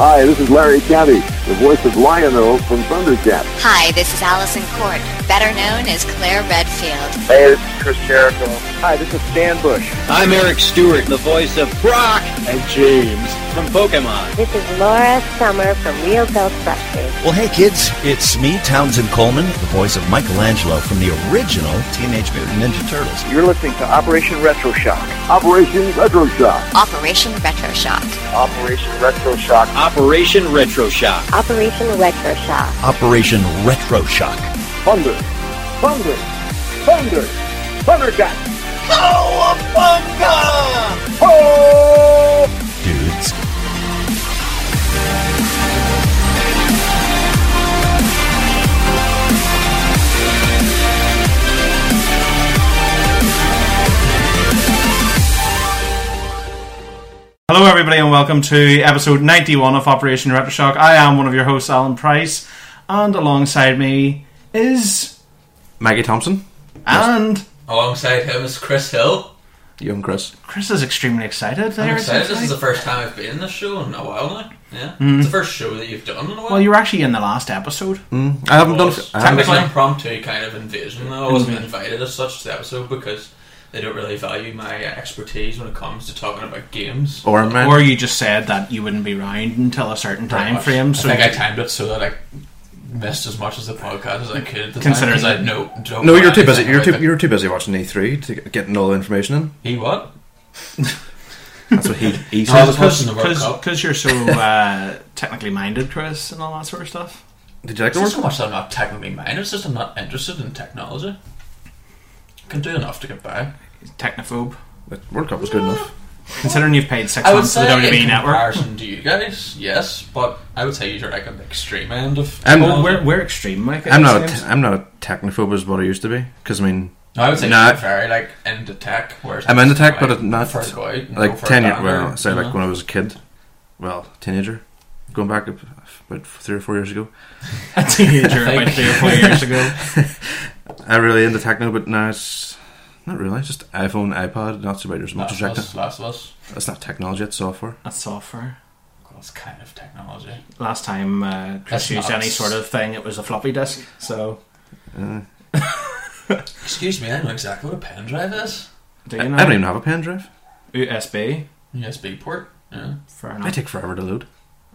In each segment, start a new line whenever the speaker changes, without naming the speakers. Hi, this is Larry County, the voice of Lionel from Thundercat.
Hi, this is Allison Court, better known as Claire Redfield.
Hey, this is Chris Jericho.
Hi, this is Stan Bush.
I'm Eric Stewart, the voice of Brock and James from Pokemon.
This is Laura Summer from Real Ghostbusters.
Well, hey kids, it's me, Townsend Coleman, the voice of Michelangelo from the original Teenage Mutant Ninja Turtles.
You're listening to Operation Retro Shock.
Operation Retro Shock.
Operation Retro Shock.
Operation Retro Shock.
Operation Retro Shock.
Operation Retro Shock.
Operation Retro Shock.
Thunder, thunder, thunder, thundercat.
Cowabunga!
Ho!
Dudes.
Hello, everybody, and welcome to episode 91 of Operation Retroshock. I am one of your hosts, Alan Price, and alongside me is
Maggie Thompson,
and
Alongside him is Chris Hill.
young Chris.
Chris is extremely excited.
I'm
there,
excited. This
isn't he?
is the first time I've been in this show in a while now. Yeah, it's the first show that you've done in a while.
Well, you were actually in the last episode.
I haven't done.
It was
I haven't,
technically impromptu kind of invasion. though. I wasn't invited as such to the episode because they don't really value my expertise when it comes to talking about games.
or man.
Or you just said that you wouldn't be round until a certain time
Much.
frame, so
I think I timed it so that I missed as much as the podcast as I could. At the
Considering-
time, 'cause I know, don't
no,
know
you're too
anything
busy. You're
about
too.
the-
You're too busy watching E3 to get- getting all the information in.
He what?
That's what he. he
I
says.
was watching the World Cup.
because you're so uh, technically minded, Chris, and all that sort of stuff.
Did you like
It's
the word?
not so much that I'm not technically minded, it's just I'm not interested in technology. I can do enough to get by.
Technophobe.
The World Cup was good enough.
Considering you've paid six
I would
months to
say
the
in
WWE network.
comparison to you guys, yes, but I would say you're like on the extreme end of.
I'm-
Oh, we're, we're extreme, Mike.
I'm not. A
James.
te- I'm not a technophobe as what I used to be. Because I mean,
No, I would say
Nah.
you're very like into tech. Whereas
I'm into tech,
I
but it not
prefer to go out and go
like
for a
ten years.
gander,
Well, say
you
like
know?
when I was a kid, well, teenager, going back about three or four years ago.
a teenager about three or four years ago.
I really into techno, but now it's not really. It's just iPhone, iPod, not so bad as much
Last
as
of Us,
techno.
Last of Us.
That's not technology. It's software.
That's software.
Well, It's kind of technology.
Last time uh, Chris
That's
used
nuts.
any sort of thing, it was a floppy disk. So
Excuse me, I know exactly what a pen drive is.
do
I,
you know?
Uh, I don't even have a pen drive.
USB.
USB port. Yeah.
Fair
I
enough.
take forever to load.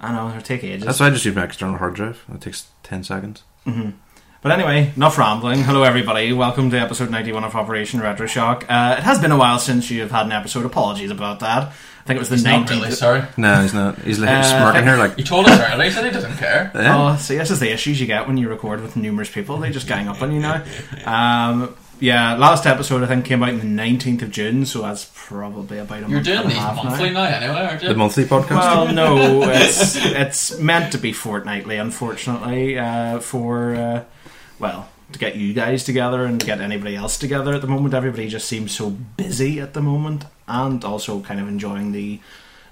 I know it'll take ages.
That's why I just use my external hard drive. It takes 10 seconds.
But anyway, enough rambling. Hello, everybody. Welcome to episode 91 of Operation Retro Shock. Uh, it has been a while since you've had an episode. Apologies about that. I think it was the
He's not
19th.
really sorry.
No, he's not. He's like
Uh,
smirking here like,
You told us earlier that he doesn't care.
eh?
Oh, see, this is the issues you get when you record with numerous people. They just gang up on you now. Um, yeah, last episode I think came out on the 19th of June, so that's probably about a
You're
month
doing
and a
these
half now.
monthly now, anyway, aren't you?
the monthly podcast.
Well, no, it's it's meant to be fortnightly. Unfortunately, uh, for uh, well, to get you guys together and to get anybody else together at the moment, everybody just seems so busy at the moment, and also kind of enjoying the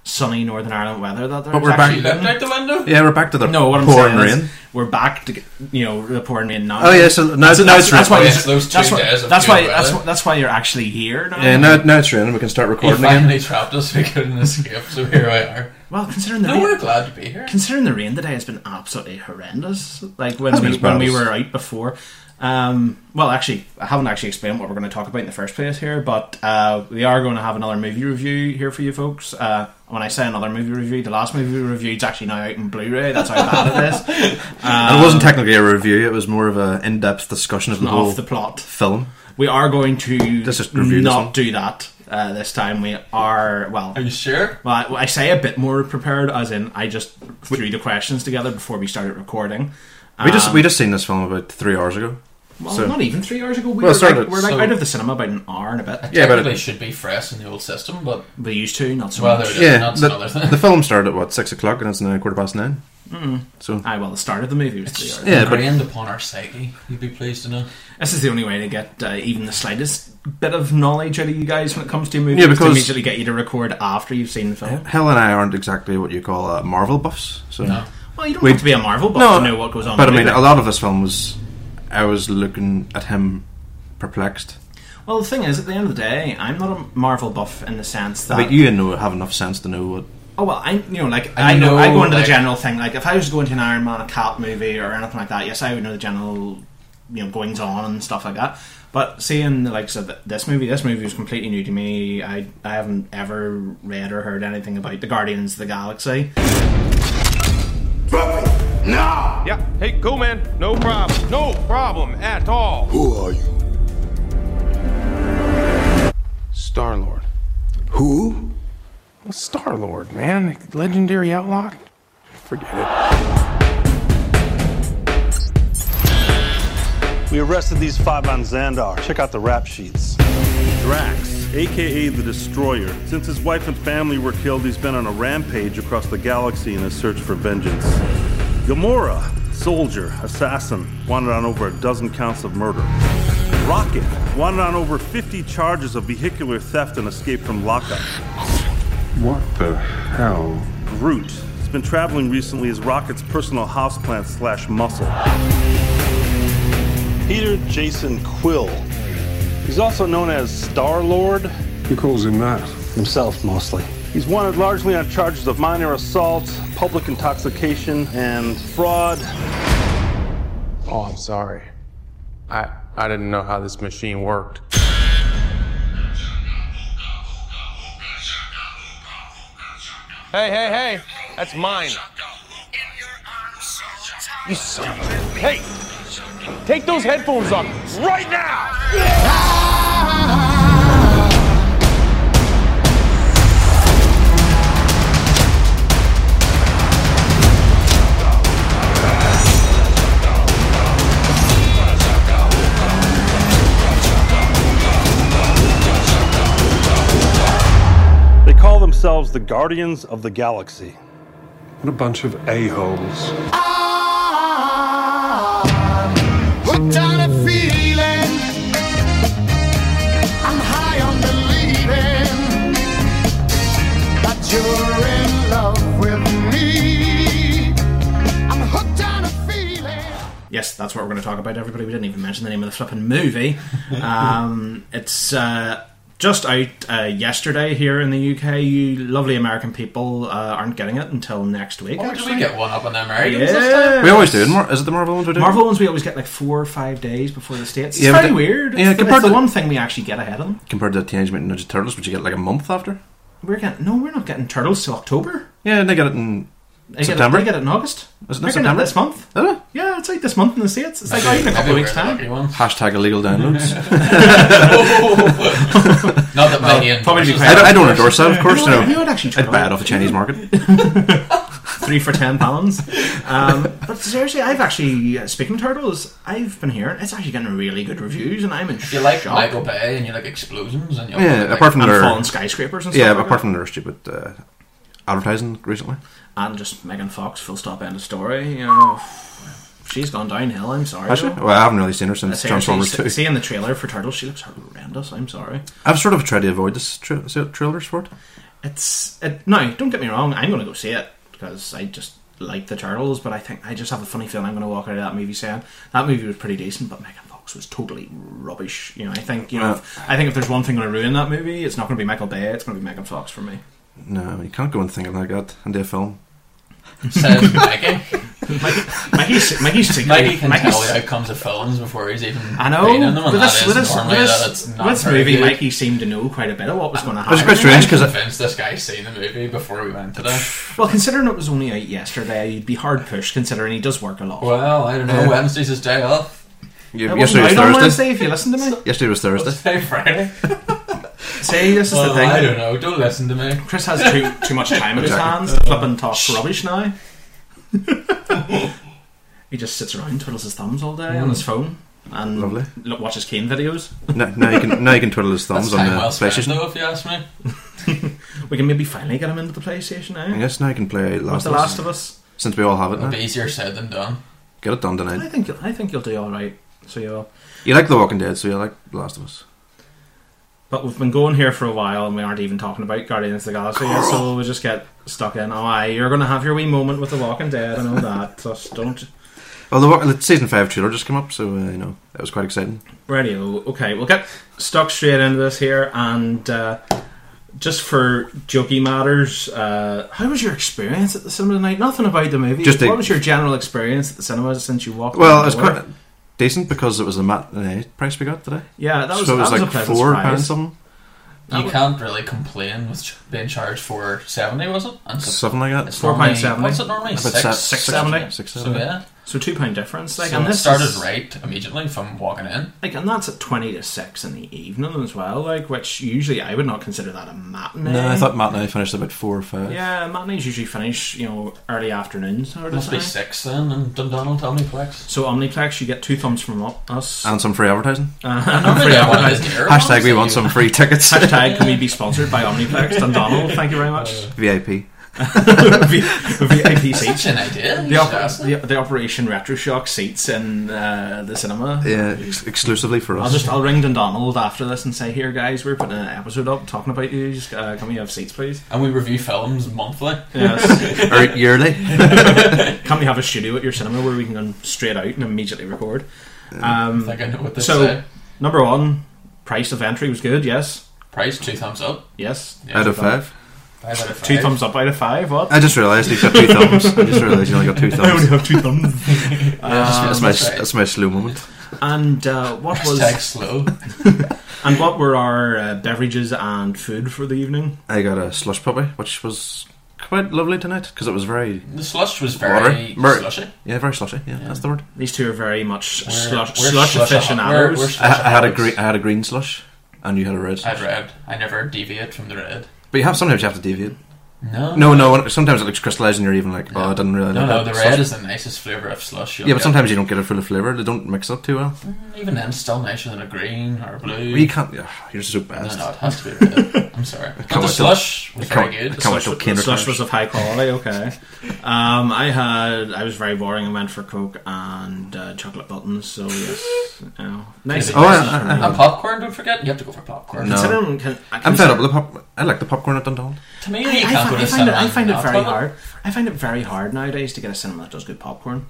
sunny Northern Ireland weather that they're.
But we're
you
back-
looked out the window.
yeah, we're back to the
No, what I'm saying
pouring rain.
is we're back to get- you know the pouring rain now.
Oh, yeah, so now, now it's
that's
raining.
why.
Oh,
you-
yes, those two
that's why.
days of
That's why.
good
That's,
weather.
why- that's why you're actually here now.
Yeah, now, now it's raining. We can start
You
recording
finally
again.
trapped us. We couldn't escape, so here we are.
Well, considering the
No,
rain-
we're glad to be here.
considering the rain today has been absolutely horrendous. Like when
been
we,
as bad
when we
as-
were out before. Um, well, actually, I haven't actually explained what we're going to talk about in the first place here, but uh, we are going to have another movie review here for you folks. Uh, when I say another movie review, the last movie review is actually now out in Blu-ray. That's how bad it is.
And it
um,
wasn't technically a review. It was more of an in-depth discussion of the whole
Off the plot.
film.
We are going to
Let's just review this one.
not do that uh, this time. We are well.
Are you sure?
Well, I, I say a bit more prepared, as in I just threw the questions together before we started recording.
We
Um,
just we just seen this film about three hours ago.
Well,
So-
not even three hours ago. We
Well,
were,
sorry,
like,
but-
we're like
so-
out of the cinema about an hour and a bit.
Yeah, but
Technically,
it-
it should be fresh in the old system, but
They used to, not so
Well,
much.
there it is.
Yeah,
That's
the,
another thing.
the film started at what six o'clock, and it's now quarter past 9
Hmm.
So
Aye, well, the start of the movie was three hours.
yeah, but
ingrained upon our psyche. You'd be pleased to know.
This is the only way to get uh, even the slightest bit of knowledge out of you guys when it comes to movies.
Yeah,
is to
because-
immediately get you to record after you've seen the film.
Helen and I aren't exactly what you call uh, Marvel buffs. So
No.
Well, you don't
We-
have to be a Marvel buff
No,
to know what goes on.
But I
in the
mean,
movie.
a lot of this film was, I was looking at him perplexed.
well, the thing is, at the end of the day, I'm not a Marvel buff in the sense that
But you know have enough sense to know what
Oh well, I you know like
I
I, know, I go
know,
into
like-
the general thing. Like if I was going to an Iron Man, a Cap movie, or anything like that, yes, I would know the general you know goings on and stuff like that. But seeing the likes of th- this movie, this movie was completely new to me. I I haven't ever read or heard anything about the Guardians of the Galaxy.
Yeah. Hey, cool, man. No problem. No problem at all.
Who are you?
Star Lord.
Who?
Well, Star Lord, man. Legendary outlaw. Forget it.
We arrested these five on Xandar. Check out the rap sheets. Drax, aka the Destroyer. Since his wife and family were killed, he's been on a rampage across the galaxy in his search for vengeance. Gamora, soldier, assassin, wanted on over a dozen counts of murder. Rocket, wanted on over 50 charges of vehicular theft and escape from lockup.
What the hell?
Groot. He's been traveling recently as Rocket's personal houseplant slash muscle. Peter Jason Quill. He's also known as Star Lord.
Who calls him that?
Himself, mostly. He's wanted largely on charges of minor assault, public intoxication, and fraud.
Oh, I'm sorry. I I didn't know how this machine worked. Hey, hey, hey! That's mine. You son of a- Hey! Take those headphones off right now!
They call themselves the Guardians of the Galaxy.
What a bunch of a-holes.
Hooked on a feeling. I'm high on believing that you're in love with me. I'm hooked on a feeling.
Yes, that's what we're going to talk about. Everybody, we didn't even mention the name of the flipping movie. um, it's uh, just out uh, yesterday here in the UK. You lovely American people uh, aren't getting it until next week.
Why do we
actually.
get one up on the Americans
Yes.
Oh, this time?
We always do. Mar- Is it the Marvel ones we do?
Marvel ones we always get like four or five days before the states. It's
Yeah, but
very
the-
weird.
yeah,
it's,
compared
it's the
to-
one thing we actually get ahead of them.
Compared to the Teenage Mutant Ninja Turtles, which you get like a month after.
We're getting no, we're not getting turtles till October.
Yeah, they get it in
They get, it,
September.
they get it in August.
Is it
We're
not
getting it
September?
this month. Yeah, it's like this month in the states. It's like
Maybe-
out in a couple of
maybe
weeks
we're the
time.
lucky ones.
Hashtag illegal downloads.
Not that many
Well, probably
endorses
depends.
I, don't, I don't endorse that, of course.
No,
no.
you would actually
I'd
try
buy
it.
it off the Chinese market.
three for ten pounds. Um, but seriously, I've actually uh, speaking of turtles, I've been hearing it's actually getting really good reviews, and I'm in
If you like
shock.
Michael Bay and you like explosions and you
Yeah,
like,
apart from
and
their
falling skyscrapers and stuff
Yeah,
like
apart
that.
from their stupid uh, advertising recently.
and just Megan Fox, full stop, end of story. You know, she's gone downhill. I'm sorry.
Actually,
though.
well, I haven't really seen her since
Seriously,
Transformers
se-
Two.
Seeing the trailer for Turtles, she looks horrendous. I'm sorry.
I've sort of tried to avoid this tra- so- trailers for it.
It's it, no, don't get me wrong. I'm going to go see it because I just like the Turtles, but I think I just have a funny feeling I'm going to walk out of that movie saying that movie was pretty decent, but Megan Fox was totally rubbish. You know, I think you know, if, I think if there's one thing going to ruin that movie, it's not going to be Michael Bay. It's going to be Megan Fox for me.
No, you can't go and thinking like that and do a film.
says Mikey.
Mikey's, Mikey's secretly,
Mikey can
Mikey's-
tell the outcomes of films before he's even.
I
been in them,
know,
and
but
that
this,
is
with this,
normally
with
that
this,
it's
with
not
this
very
movie,
good.
Mikey seemed to know quite a bit of what was going to happen.
was quite strange because
I'm convinced this guy's seen the movie before we went today.
Well, considering it was only out yesterday, you'd be hard pushed considering he does work a lot.
Well, I don't know.
Yeah.
Wednesday's his day off.
It
yesterday was
wasn't out on
Thursday.
Wednesday, if you listen to me.
Yesterday was Thursday.
Today Friday.
See, this is
Well,
the thing.
I don't know. Don't listen to me.
Chris has too too much time in his
Exactly. Uh,
hands to flip and talk rubbish now. he just sits around, twiddles his thumbs all day on his phone, and
Mm. Lovely.
lo- watches Kane videos.
Now, now you can now you can twiddle his
That's
thumbs on
time
the
well spent,
PlayStation.
though, if you ask me.
We can maybe finally get him into the PlayStation now.
Yes, now you can play
With
Last
the
of Us
Last of Us,
since we all have it
It'll
now.
be easier said than done.
Get it done
I
tonight.
think you'll, I think you'll do all right. So you will.
You like The Walking Dead, so you like Last of Us.
But we've been going here for a while, and we aren't even talking about Guardians of the Galaxy, yet, so we'll just get stuck in. Oh, aye, you're going to have your wee moment with The Walking Dead and all that. Just don't
Well, the, wa- the season five trailer just came up, so uh, you know that was quite exciting.
Radio. Okay, we'll get stuck straight into this here, and uh, just for jokey matters, uh, how was your experience at the cinema tonight? Nothing about the movie.
Just a-
what was your general experience at the cinema since you walked?
Well,
in
it
the
was
door?
quite decent because it was a matinee price we got today.
Yeah, that was-
so it
that
was
was a
like
pleasant
four
surprise.
pounds something,
Oh.
You can't really complain with ch- being charged for seventy, was it? And
something like that.
It's normally, What's it normally?
About
Six,
se-
six
seventy?
So yeah,
So two pound difference. Like,
So
and
it
this
started
is-
right immediately from walking in.
Like, and that's at twenty to six in the evening as well. Like, which usually I would not consider that a matinee.
No, I thought matinee finished about four or five.
Yeah, matinees usually finish, you know, early afternoons. Or
Must be six then, and Dundonald Omniplex.
So Omniplex, you get two thumbs from u- us
And some free advertising.
Uh,
Free advertising. Hashtag we want some free tickets.
Hashtag can we be sponsored by Omniplex? Dundonald, thank you very much.
VIP. Uh.
V- VIP seats.
Such an idea.
The, op- the, the Operation RetroShock seats in uh, the cinema.
Yeah, ex- exclusively for us.
I'll just I'll ring Dundonald after this and say, "Here, guys, we're putting an episode up talking about you. Just, uh, can we have seats, please?"
And we review films monthly.
Yes.
Or yearly.
can we have a studio at your cinema where we can go straight out and immediately record? Um,
I think I know what they
so,
say.
number one, price of entry was good. Yes.
Price two thumbs up.
Yes.
Yeah. Out of five?
Five
out of
Two
five.
thumbs up out of five. What?
I just realised you've got two thumbs. I just realised you only got two thumbs.
I only have two thumbs.
Yeah, that's,
Um,
my, that's my slow moment.
And uh, what was
Hashtag slow.
and what were our uh, beverages and food for the evening?
I got a slush puppy, which was quite lovely tonight because it was very.
The slush was
watery.
very
Mer-
slushy.
Yeah, very slushy. Yeah, that's the word.
These two are very much
We're-
slush,
we're
slush
slush- we're-
aficionados.
we're
I, I had a green. I had a green slush, and you had a red.
I had red. I never deviate from the red.
But you have sometimes you have to deviate.
No.
no, no. when- Sometimes it looks crystallised, and you're even like, "Oh, I didn't really."
No,
like
no,
that
the red
slush.
is the nicest flavour of slush. you'll
Yeah, but
get.
sometimes you don't get it full of flavour. They don't mix up too well.
Even then, it's still nicer than a green or a blue.
Well, you can't. Yeah, you're so bad.
No, no, it has to be red. I'm sorry. But the slush was very good.
The slush, the slush was of high quality. Okay. Um, I had. I was very boring and went for Coke and uh, chocolate buttons. So yes, you know, nice.
Oh,
nice
I- I-
for me.
I-
And popcorn, don't forget. You have to go for popcorn.
No.
Considering- can- I
I'm fed
consider-
up with the pop. I like the popcorn at Dundalk.
To me,
I,
you
I fi-
can't go to
I find it,
cinema
I find it
and
very
not love it.
hard. I find it very hard nowadays to get a cinema that does good popcorn.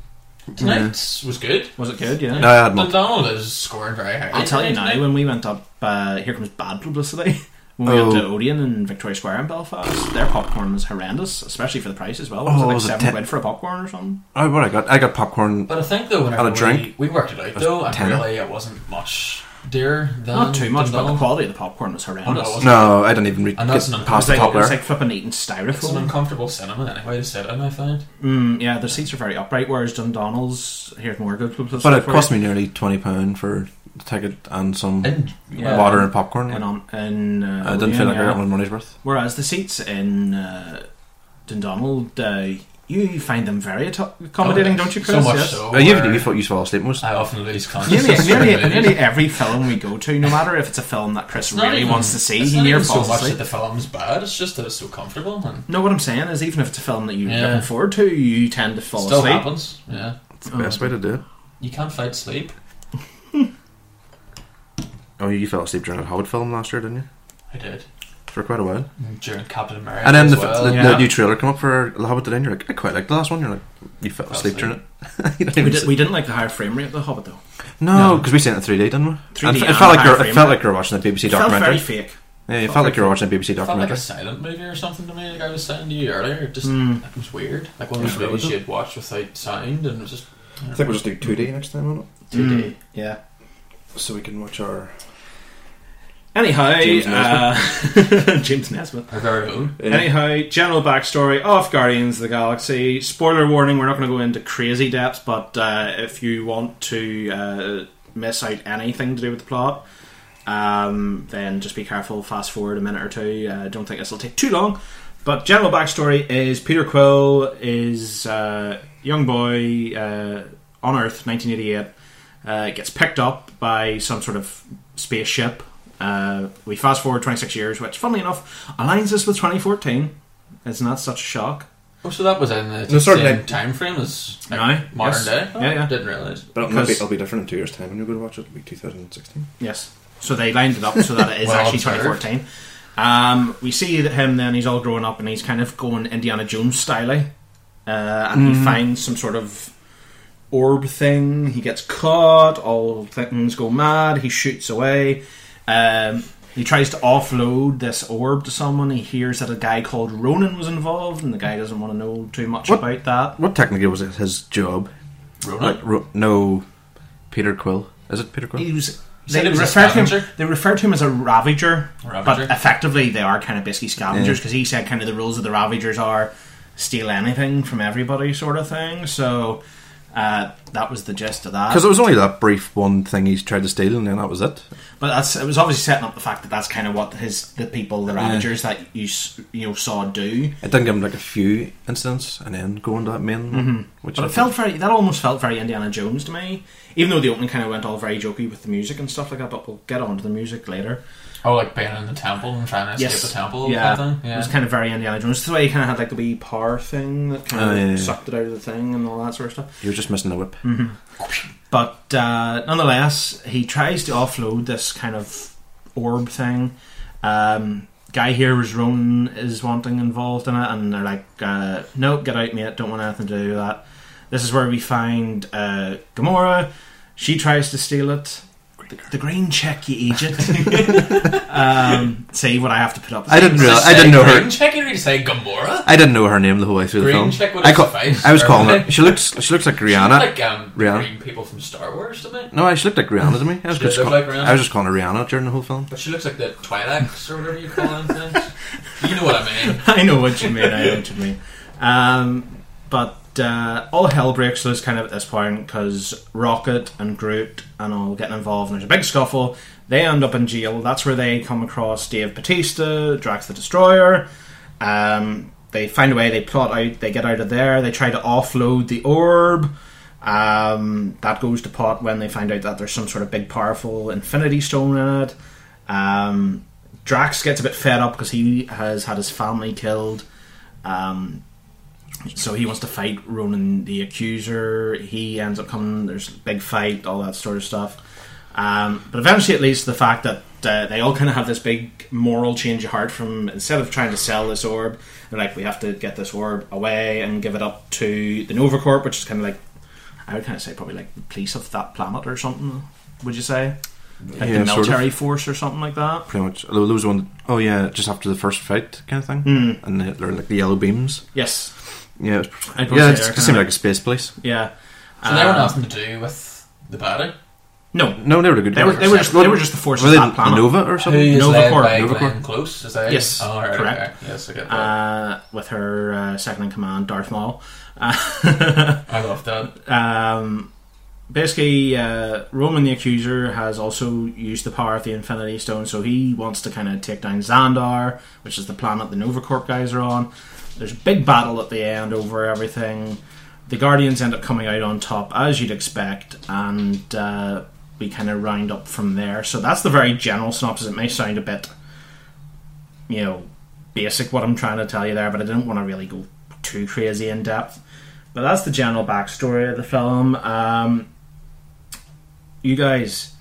Tonight's was good.
Was it good? Yeah.
Donald is scoring very high.
I'll tell you now.
tonight.
When we went up, uh, here comes bad publicity. When we went to
Oh.
Odeon in Victoria Square in Belfast, their popcorn was horrendous, especially for the price as well. Was
Oh,
it like
was it
seven
ten-
quid for a popcorn or something?
Oh, what I got? I got popcorn.
But I think though,
and
whenever
a drink.
We, we worked it out
was
though, and
tenner.
really it wasn't much dearer than
Not too much,
than
but the
Donald.
quality of the popcorn was horrendous.
Oh,
No, I didn't even re-
And that's
get
an
past the
it's like,
top
it's
layer.
like flipping eating
It's an
styrofoam.
uncomfortable cinema anyway to sit in. I find.
Mm, yeah, their seats are very upright, whereas Dundonald's here's more good publicity.
But it
for
cost me nearly twenty pound for the ticket and some
And- yeah.
water and popcorn.
And on, in, uh,
I didn't feel like I
Odeon,
got
yeah.
my money's worth.
Whereas the seats in uh, Dundonald, uh, you find them very atto- accommodating,
Oh,
don't you,
so
Chris?
much
yes?
so.
Uh, you,
where-
you thought you fell asleep most.
I often lose
Nearly,
consciousness.
nearly,
during the
nearly
movie.
every film we go to, no matter if it's a film that Chris
It's not
really
even-
wants to see,
it's
he
not
near
even so
falls
much
asleep.
that the film's bad. It's just that it's so comfortable and
No, what I'm saying is, even if it's a film that you're
Yeah.
looking forward to, you tend to fall
still
asleep.
happens. Yeah,
It's
Uh-huh.
the best way to do it.
You can't fight sleep.
Oh, you fell asleep during a Hobbit film last year, didn't you?
I did
For quite a while.
during Captain America.
And then the,
as well.
the, the new trailer come up for The Hobbit, and you're like, I quite like the last one. You're like, you fell asleep during it. You don't
We,
even
did,
see-
we didn't like the higher frame rate of The Hobbit, though.
No, because we seen it in 3D, didn't we?
3D
And it,
and
felt like
high
you're, it
frame
felt
rate.
like you were watching a BBC
It felt very
documentary.
fake.
Yeah, it
Felt
felt
very
like you were watching a BBC
It felt like
documentary.
a silent movie or something to me. Like I was saying to you earlier, it just
Mm.
it was weird. Like one of those
Yeah,
movies
was it?
you'd watch without sound, and it was just.
I think we'll just do 2D next time, won't it?
Two D.
Yeah.
So we can watch our.
Anyhow,
James
uh, James Nesbitt.
Our very own.
Yeah.
Anyhow, general backstory of Guardians of the Galaxy. Spoiler warning: we're not going to go into crazy depths, but uh, if you want to uh, miss out anything to do with the plot, um, then just be careful. Fast forward a minute or two. Uh, don't think this will take too long. But general backstory is Peter Quill is uh, young boy uh, on Earth, 1988. Uh, gets picked up by some sort of spaceship. Uh, we fast forward 26 years, which, funnily enough, aligns us with 2014. It's not such a shock.
Oh, so that was in the
No, sorry,
same
like-
time frame as like,
Aye,
modern
yes.
day. Oh,
Yeah, yeah.
Didn't realize.
But it'll be,
Because-
it'll be different in two years' time when you go to watch it. It'll be 2016.
Yes. So they lined it up so that it is
Well
actually
observed.
2014. Um, we see that him then, he's all grown up and he's kind of going Indiana Jones styling. Uh, and he
Mhm.
finds some sort of orb thing. He gets caught, all things go mad, he shoots away. Um, He tries to offload this orb to someone. He hears that a guy called Ronan was involved, and the guy doesn't want to know too much about that.
What technically was it his job?
Ronan?
Like, ro- no, Peter Quill. Is it Peter Quill?
He was.
You said
They
he was a
refer, to him,
scavenger?
they refer to him as a ravager,
Ravager.
but effectively they are kind of basically scavengers
Yeah.
because he said kind of the rules of the ravagers are steal anything from everybody sort of thing. So uh, that was the gist of that.
Because it was only that brief one thing he's tried to steal, and then that was it.
But that's it was obviously setting up the fact that that's kind of what his the people the
Yeah.
ravagers that you s- you know saw do.
It didn't give him like a few incidents, and then going to that main,
Mhm.
which
but
I
it felt very that almost felt very Indiana Jones to me. Even though the opening kind of went all very jokey with the music and stuff like that, but we'll get on to the music later.
Oh, like being in the temple and trying to escape the temple.
Yeah.
Kind of thing? yeah.
it was kind of very Indiana Jones. That's why he kind of had like the wee power thing that kind
Oh,
of
yeah, yeah.
sucked it out of the thing and all that sort of stuff.
You're just missing the whip.
Mhm. But uh, nonetheless, he tries to offload this kind of orb thing. Um, guy here is Ronan is wanting involved in it, and they're like, uh, "Nope, get out, mate. Don't want anything to do with that." This is where we find uh, Gamora. She tries to steal it. The, the green check, you Egypt. um, see what I have to put up. with.
I didn't
Just
realize. I
say
didn't know
green
her.
Check, you need to say Gamora.
I didn't know her name the whole way through
Green
the film.
check would
I,
have sufficed,
I was
or-
calling her. She looks. She looks like Rihanna.
Like um,
Rihanna.
green people from Star Wars, to me.
No, she looked like Rihanna to me. I was,
She did
just
look
call-
like Rihanna.
I was just calling her Rihanna during the whole film.
But she looks like the Twi'lek, or whatever you call them things. You know what I mean.
I know what you mean. I know what you mean. Um, but uh, all hell breaks loose kind of at this point because Rocket and Groot and all getting involved, and there's a big scuffle. They end up in jail. That's where they come across Dave Batista, Drax the Destroyer. Um, they find a way. They plot out. They get out of there. They try to offload the orb. Um, that goes to pot when they find out that there's some sort of big, powerful Infinity Stone in it. Um, Drax gets a bit fed up because he has had his family killed. Um, so he wants to fight Ronan the Accuser. He ends up coming. There's a big fight, all that sort of stuff. Um, but eventually, it leads to the fact that uh, they all kind of have this big moral change of heart. From instead of trying to sell this orb, they're like, we have to get this orb away and give it up to the Nova Corp, which is kind of like, I would kind of say probably like the police of that planet or something. Would you say? Like
Yeah,
the
sort of.
military force or something like that.
Pretty much. Although there was one. Oh yeah, just after the first fight kind of thing,
Hmm.
and they, they're like the yellow beams.
Yes.
Yeah. It
I'd
was,
say
yeah.
they're
It just
kinda-
seemed like a space police.
Yeah.
So they were
Um,
nothing to do with the battle.
No,
No, they were the good
They were,
guys.
they were just they were just the forces
Were they
of that planet.
Nova or something?
Who is
Nova
led
Corp.
by
Nova
Glenn
Corp.
Close, is that it?
Yes,
Oh, right,
correct.
okay. Yes, I get that.
Uh, with her uh, second in command, Darth Maul.
I love that.
Um, basically, uh, Roman the Accuser has also used the power of the Infinity Stone, so he wants to kind of take down Xandar, which is the planet the Nova Corp guys are on. There's a big battle at the end over everything. The Guardians end up coming out on top, as you'd expect, and uh, we kind of round up from there. So that's the very general synopsis. It may sound a bit, you know, basic what I'm trying to tell you there, but I didn't want to really go too crazy in depth. But that's the general backstory of the film. Um, you guys,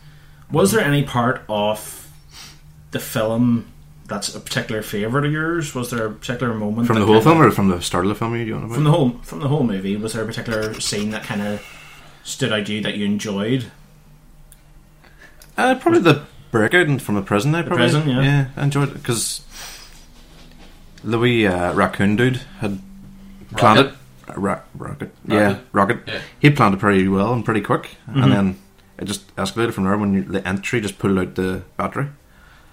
was there any part of the film that's a particular favorite of yours? Was there a particular moment
From
that
the whole
kinda-
film or from the start of the film? Are you on about?
from the whole from the whole movie? Was there a particular scene that kind of stood out to you that you enjoyed?
Uh, probably the breakout in- from the prison. There,
The
probably.
prison, yeah.
I enjoyed it because the wee uh, raccoon dude had planted uh, ra- rocket, yeah, rocket.
Yeah.
He planted pretty well and pretty quick,
Mhm.
and then it just escalated from there when you, the entry just pulled out the battery.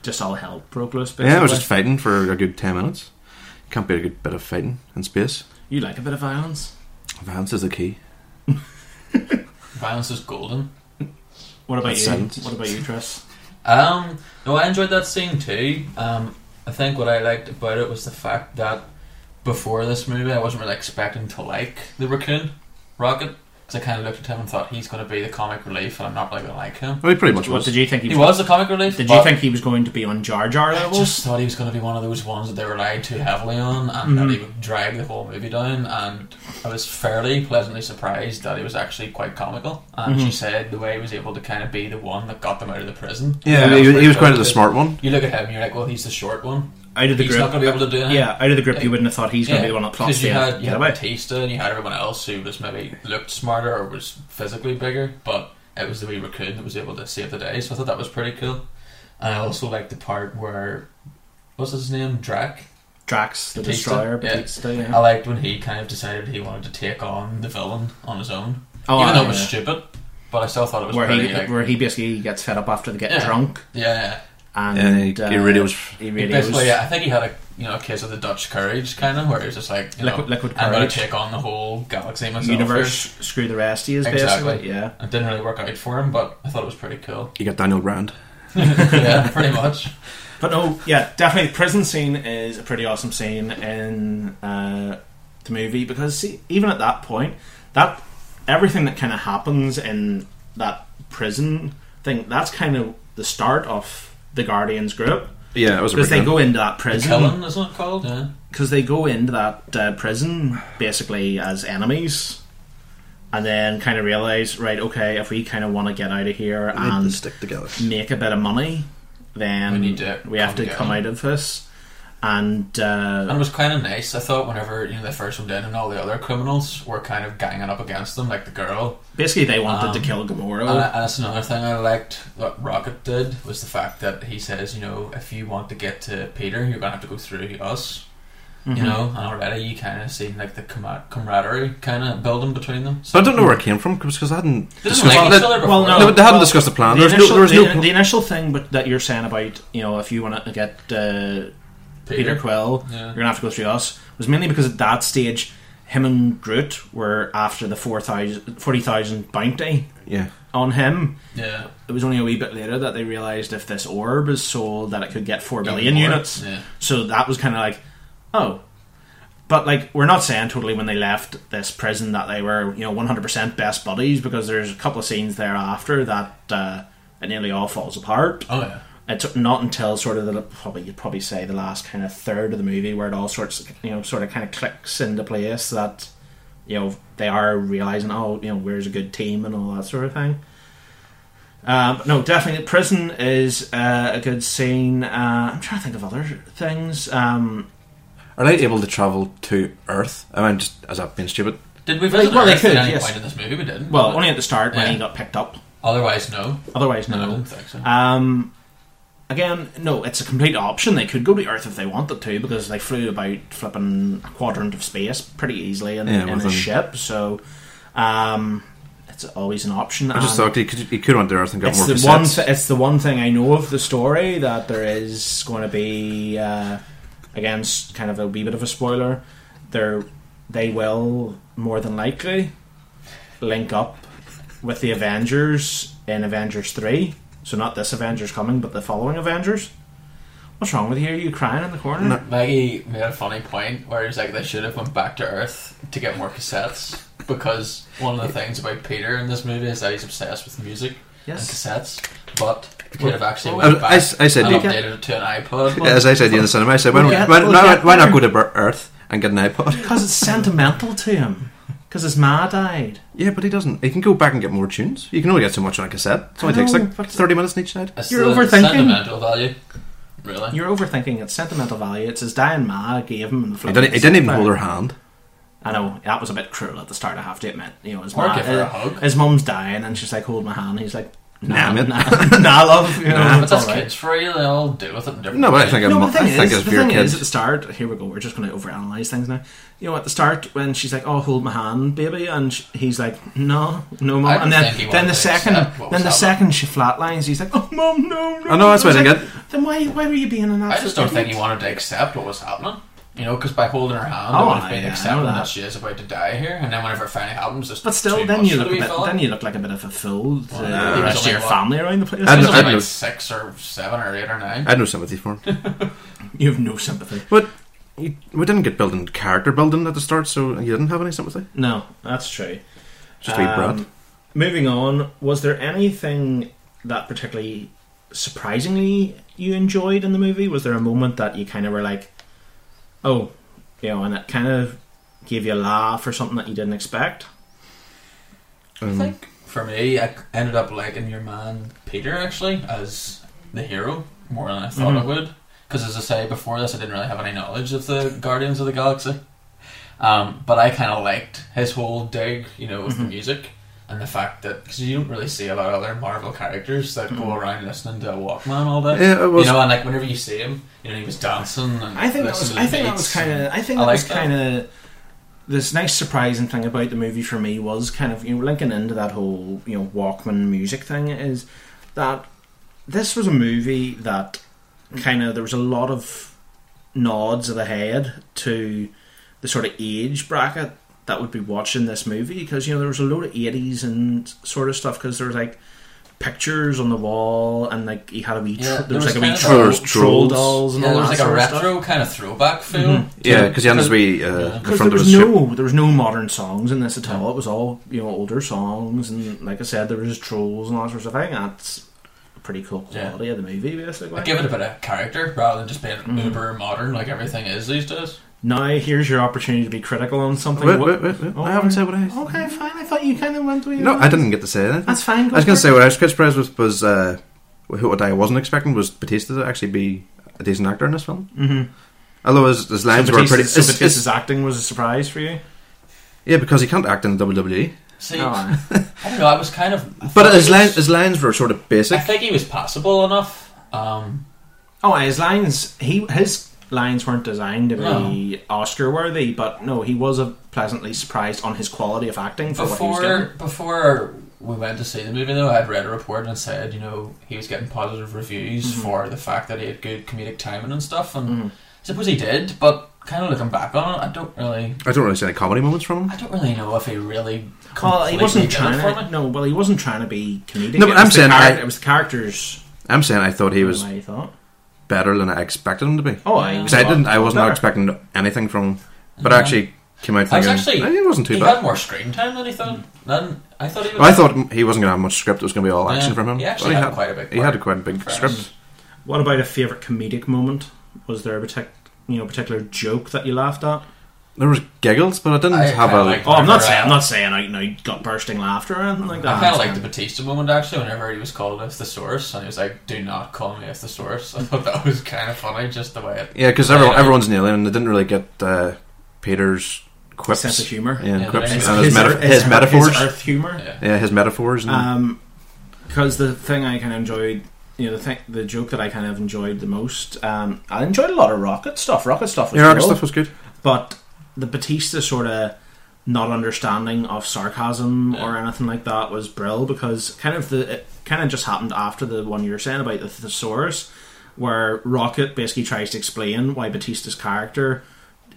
Just all hell broke loose. Basically.
Yeah, it was just fighting for a good ten minutes. Can't be a good bit of fighting in space.
You like a bit of violence?
Violence is the key.
Violence is golden.
What about
That's
you?
silence.
What about you, Tris?
Um, no, I enjoyed that scene too. Um, I think what I liked about it was the fact that before this movie, I wasn't really expecting to like the raccoon, Rocket, because I kind of looked at him and thought he's going to be the comic relief, and I'm not really going to like him.
Well, he pretty much was.
What did you think?
He was the comic relief.
Did
but
you think he was going to be on Jar Jar
I
level?
just thought he was going to be one of those ones that they relied too heavily on, and
Mm-hmm.
that he would drag the whole movie down. And I was fairly pleasantly surprised that he was actually quite comical. And
Mhm.
she said the way he was able to kind of be the one that got them out of the prison.
Yeah,
That
he-
pretty
he was
cool,
quite the
'cause
smart one.
You look at him, and you're like, well, he's the short one.
Out of the
he's
grip.
not going to be able to do that.
Yeah, out of the grip, you wouldn't have thought he's gonna be the one that plots
Because you
the
had, you had
getaway.
Batista and you had everyone else who was maybe looked smarter or was physically bigger, but it was the wee raccoon that was able to save the day. So I thought that was pretty cool. And I also like the part where what's his name, Drac.
Drax, the
Batista?
Destroyer, uh,
Yeah.
Batista, yeah.
I liked when he kind of decided he wanted to take on the villain on his own.
Oh,
even
I-
though it was
yeah.
stupid, but I still thought it was
where
pretty.
he
like,
where he basically gets fed up after they get
Yeah.
drunk.
Yeah, yeah.
and uh,
Yeah, he- he really was-
he
He
really
basically,
was-
yeah, I think he had a you know a case of the Dutch courage kind of where he was just like you
Liquid-
know,
liquid
I'm going
courage.
to take on the whole galaxy myself.
universe. Screw the rest. He is basically
exactly.
yeah.
it didn't really work out for him, but I thought it was pretty cool.
You got Daniel Brand.
yeah, pretty much.
But no, yeah, definitely the prison scene is a pretty awesome scene in uh, the movie because see, even at that point, that everything that kind of happens in that prison thing, that's kind of the start of the Guardians group.
Yeah, it was a
because they
breakdown.
go into that prison.
The Killing, isn't it called? Yeah.
because they go into that uh, prison basically as enemies, and then kind of realize, right, okay, if we kind of want to get out of here
need to
and
stick together.
make a bit of money, then we,
need to
have
come
to
together.
come out of this. And uh,
And it was kind of nice. I thought whenever you know the first one did, and all the other criminals were kind of ganging up against them, like the girl.
Basically, they wanted
Um,
to kill Gamora.
And, and that's Uh, another thing I liked that Rocket did was the fact that he says, you know, if you want to get to Peter, you're gonna have to go through us.
Mhm.
You know, and already you kind of seen like the com- camaraderie kind of building between them.
But I don't know where it came from because I hadn't
They
discussed
didn't like each
that-
other
Well,
before.
no, but they hadn't discussed the plan.
The
There was
initial,
no, there was no
the,
pl-
the initial thing, but that you're saying about you know if you want to get uh, Peter.
Peter.
Quill,
Yeah.
you're gonna have to go through us. Was mainly because at that stage, him and Groot were after the 4,000 40,000 bounty.
Yeah.
On him.
Yeah.
It was only a wee bit later that they realized if this orb is sold, that it could get four
Even
billion
more.
units.
Yeah.
So that was kind of like, oh. But like we're not saying totally when they left this prison that they were you know 100% best buddies because there's a couple of scenes thereafter that uh, it nearly all falls apart.
Oh yeah.
It's not until sort of the probably you'd probably say the last kind of third of the movie where it all sorts you know sort of kind of clicks into place that you know they are realizing oh you know where's a good team and all that sort of thing. Um, but no, definitely prison is uh, a good scene. Uh, I'm trying to think of other things. Um,
Are they able to travel to Earth? I mean, just as I've been stupid.
Did we visit
well, they
Earth at
could,
any
yes.
point in this movie? We didn't.
Well, only at the start when
Yeah.
he got picked up.
Otherwise, no.
Otherwise,
No,
no.
I don't think so.
Um, again, no, it's a complete option. They could go to Earth if they wanted to because they flew about flipping a quadrant of space pretty easily in,
Yeah,
in
within-
a ship. So, um, it's always an option.
I just
and-
thought he could, he could went to Earth and got
Um, it's
more
the
cassettes.
one. Th- it's the one thing I know of the story that there is going to be uh, again, s- kind of a wee bit of a spoiler. There, they will more than likely link up with the Avengers in Avengers Three. So not this Avengers coming, but the following Avengers. What's wrong with you? Are you crying in the corner?
Maggie made a funny point where he's like, they should have went back to Earth to get more cassettes because one of the things about Peter in this movie is that he's obsessed with music
Yes.
and cassettes. But he could have actually
I-
went back
I s- I said
and
you-
updated it to an iPod.
As I said in the cinema, I said, why,
We'll get-
why,
we'll
why-
get
why not
there.
go to Bur- Earth and get an iPod?
Because it's sentimental to him. Because his ma died.
Yeah, but he doesn't. He can go back and get more tunes. You can only get so much on a cassette. It only
I
takes
know,
like
but-
30 minutes on each side.
It's
You're
the
overthinking.
Sentimental value. Really?
You're overthinking its sentimental value. It's his dying ma gave him. The
He didn't, he didn't even hold her hand.
I know that was a bit cruel at the start. I have to admit, you know, his
Or
ma-
give her a
uh,
hug.
His mum's dying, and she's like, "Hold my hand." He's like, "Nah,
Nah,
nah,
mate."
nah, love." You know,
Nah, but
it's
that's
all right.
kids free. They all deal with it. in different
No, but I
ways.
think I'm-
No, but the
I
thing
think
is,
it's
the
for your
thing
kids.
is, at the start, here we go. We're just going to overanalyze things now. You know, at the start when she's like, "Oh, hold my hand, baby," and sh he's like, "No, no,
I
mum,"
don't
and
think he
then then
wanted
the
to
second, then
accept what
the
was
second she flatlines. He's like, "Oh, mum, no, no."
I know, that's
I was
what I
like,
get.
Then why why were you being an
I
absolute
just don't think
idiot?
he wanted to accept what was happening. You know, because by holding her hand,
Oh,
it would have been
yeah, I know
accepting that.
that.
she is about to die here. And then whenever it finally happens, it's
But still,
too
then
much
you
for
look
the
a
wee
bit,
fella.
then you look like a bit of a fool to
Well,
the
he was
rest of
only
your
what-
family around the place.
I
He
don't-
was
I
only
don't know.
like six or seven or eight or nine.
I had no sympathy for him.
You have no sympathy.
But you, we didn't get building character building at the start, so you didn't have any sympathy.
No, that's true.
Just
Um,
a wee brat.
Moving on, was there anything that particularly surprisingly you enjoyed in the movie? Was there a moment that you kind of were like, oh, you know, and it kind of gave you a laugh or something that you didn't expect?
I
Um,
think for me, I ended up liking your man Peter actually as the hero more than I thought
Mhm.
I would. Because as I say before this, I didn't really have any knowledge of the Guardians of
Mm-hmm.
the Galaxy. Um, but I kind of liked his whole dig, you know, with the music. and the fact that because you don't really see a lot of other Marvel characters that go around listening to a Walkman all day.
Mm-hmm. Yeah, it was-
you know, and like whenever you see him, you know he was dancing. And
I think that was.
listening
I
to the
think that was
beats
kind
and
of. I think
I
that was
like that.
kind of. This nice surprising thing about the movie for me was kind of you know linking into that whole you know Walkman music thing is that this was a movie that kind of there was a lot of nods of the head to the sort of age bracket that would be watching this movie because you know there was a load of 80s and sort of stuff because there was like pictures on the wall and like he had a wee tro- there, was, like a wee
kind of
troll, troll dolls and
yeah,
all
there
that
was like
sort
a
of stuff.
retro kind of throwback feel.
Mhm.
Yeah, 'cause he had his wee, uh, the
Because there
front of
was
his
no, there was no modern songs in this at all. It was all you know older songs, and like I said, there was trolls and all sorts of thing. That's a pretty cool quality of the movie, basically.
Like, give it a bit of character rather than just being
Mm-hmm.
uber modern like everything is these days.
Now here's your opportunity to be critical on something.
Wait,
What-
wait, wait, wait.
Oh,
I haven't said what I.
Okay, fine. I thought you kind of went with
No, I didn't get to say anything.
That's fine,
I was
go
going
for
to say what I was quite surprised with was uh, who what I wasn't expecting was Batista to actually be a decent actor in this film.
Mhm.
Although his, his lines
so
were pretty.
Batista's- so
it's- it's-
Batista's acting was a surprise for you. Oh,
yeah, because he can't act in the WWE.
See, I don't know. I was kind of. I
But his
thought he was-
lines, his lines were sort of basic.
I think he was passable enough. Um,
Oh, his lines. He his lines weren't designed to be Oscar worthy, but no, he was a pleasantly surprised on his quality of acting for what he was
before
getting.
before we went to see the movie though, I'd read a report and it said you know he was getting positive reviews
Mhm.
for the fact that he had good comedic timing and stuff, and
Mm-hmm.
I suppose he did. But kind of looking back on it, I don't really,
I don't really see any comedy moments from him.
I don't really know if he really.
Well, he
completely
wasn't
did it
trying.
for me.
To, no, well, he wasn't trying to be comedic.
No,
It
but
was
I'm
the
saying
charac-
I-
it was the characters.
I'm saying I thought he was
I thought.
better than I expected him to be.
Oh, I-
because I didn't. I was not
Better.
expecting anything from him, but
Yeah.
I actually came out
I was
thinking
actually.
"Eh, he wasn't too
he
bad.
had more screen time than he thought. Than I thought he was.
Well, I thought he wasn't going to have much script. It was going to be all
Yeah.
action from him.
He
But
actually had quite a big
He
part.
had quite a big script.
What about a favorite comedic moment? Was there a partic- you know particular joke that you laughed at?
There was giggles, but I didn't have a.
oh, I'm not saying I'm not saying I you know gut bursting laughter or anything like that.
I kind of liked the Batista moment actually. Whenever he was called as the source, and he was like, "Do not call me as the source." I thought that was kind of funny, just the way it.
Yeah, because
the way
everyone,
it-
everyone's an alien, and they didn't really get uh, Peter's quips,
Sense of humour.
yeah,
Yeah,
quips,
his-
and his,
his
meta-
earth-
his
his
metaphors,
earth humour.
Yeah. his metaphors, and
Um, because the thing I kind of enjoyed, you know, the thing, the joke that I kind of enjoyed the most. Um, I enjoyed a lot of Rocket stuff. Rocket stuff was
Yeah, Rocket
cool.
stuff was good.
but the Batista sort of not understanding of sarcasm or anything like that was brill because kind of the it kind of just happened after the one you were saying about the thesaurus where Rocket basically tries to explain why Batista's character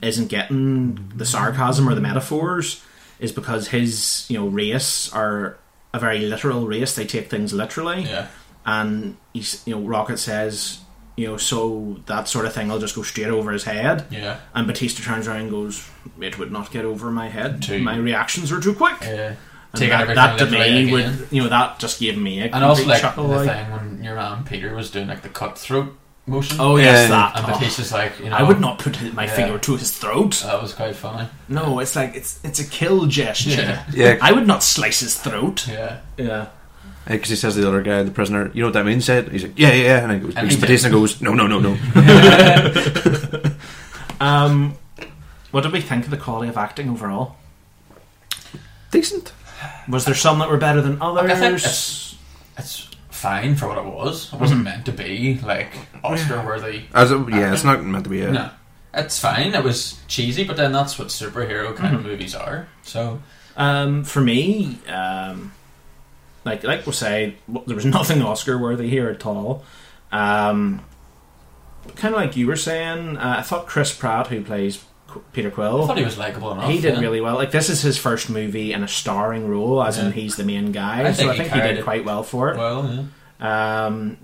isn't getting the sarcasm or the metaphors is because his you know race are a very literal race. They take things literally,
Yeah.
and he's you know Rocket says you know so that sort of thing will just go straight over his head.
Yeah.
and Batista turns around and goes, "It would not get over my head.
Too-
My reactions were too quick."
Yeah.
And
Take
that,
everything
that to
literally
me
again.
would you know that just gave me a
And also
complete
like
chuckle,
the
like-
thing when your man Peter was doing like the cutthroat motion.
Oh yes, that.
And
Oh.
Batista's like, you know,
I would not put his- my
Yeah. Uh,
finger to his throat.
That was quite funny.
No, it's like it's it's a kill gesture.
Yeah. Yeah.
I would not slice his throat.
Yeah,
yeah.
because Uh, he says to the other guy, the prisoner, you know what that means? Said he's like, yeah, yeah, yeah, and, he goes,
And he
Batista
did.
goes, no, no, no, no.
um, what did we think of the quality of acting overall?
Decent.
Was there some that were better than others?
I think it's, it's fine for what it was. It
Mm-hmm.
wasn't
Mhm.
meant to be like Oscar worthy.
As it- yeah, it's not meant to be uh, a-
No, it's fine. It was cheesy, but then that's what superhero kind
Mhm.
of movies are. So
Um, for me, um, like like we say, w- there was nothing Oscar worthy here at all. Um, kind of like you were saying, uh, I thought Chris Pratt, who plays Qu- Peter Quill,
I thought he was likeable enough,
He did
yeah.
really well. Like this is his first movie in a starring role, as in he's the main guy.
I
so
think
I
he
think he,
carried
did
it
quite well for it.
well,
Um,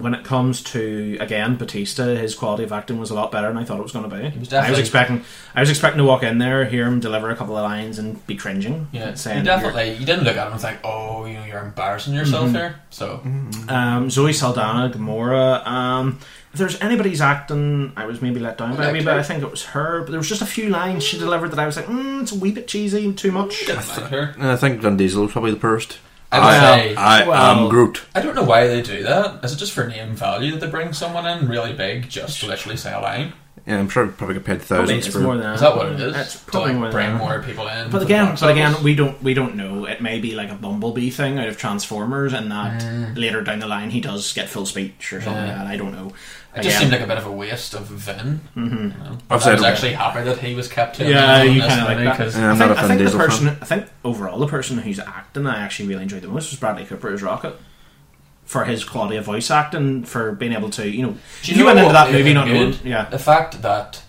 when it comes to again Batista, his quality of acting was a lot better than I thought it was going to be.
was
I was
definitely-
expecting, I was expecting to walk in there, hear him deliver a couple of lines, and be cringing.
yeah,
saying
you definitely you didn't look at him and think, oh, you know, you're embarrassing yourself
Mhm.
here. So
Mm-hmm.
Um, Zoe Saldana, Gamora. Um, if there's anybody's acting, I was maybe let down by a wee bit. I think it was her, but there was just a few lines she delivered that I was like, mm, it's a wee bit cheesy and too much.
And I think Vin Diesel was probably the first.
I
uh,
would say,
I am Groot.
I don't know why they do that. Is it just for name value that they bring someone in really big just to literally say a line?
Yeah, I'm sure it probably got paid
Probably
thousands
it's
for
more than
Is that what it is?
That's
To,
probably
like,
more than
bring
that.
more people in for
But
the
again,
box
but again,
office?
we don't we don't know. It may be like a Bumblebee thing out of Transformers, and that later down the line he does get full speech or something
Mm. Yeah.
like that. I don't know.
It just
Again-
seemed like a bit of a waste of Vin.
Mhm.
You know?
I've
I
said-
was actually happy that he was kept. in
Yeah,
on
you
this
kind of like
movie,
that.
'cause-
Yeah, I'm
I
not
think,
a
I
Vin
think the
Diesel
person,
fan.
I think overall, the person who's acting I actually really enjoyed the most was Bradley Cooper as Rocket for his quality of voice acting, for being able to, you know,
Do
if you went
know
into
what
that
made
movie
it
not knowing,
good?
yeah,
The fact that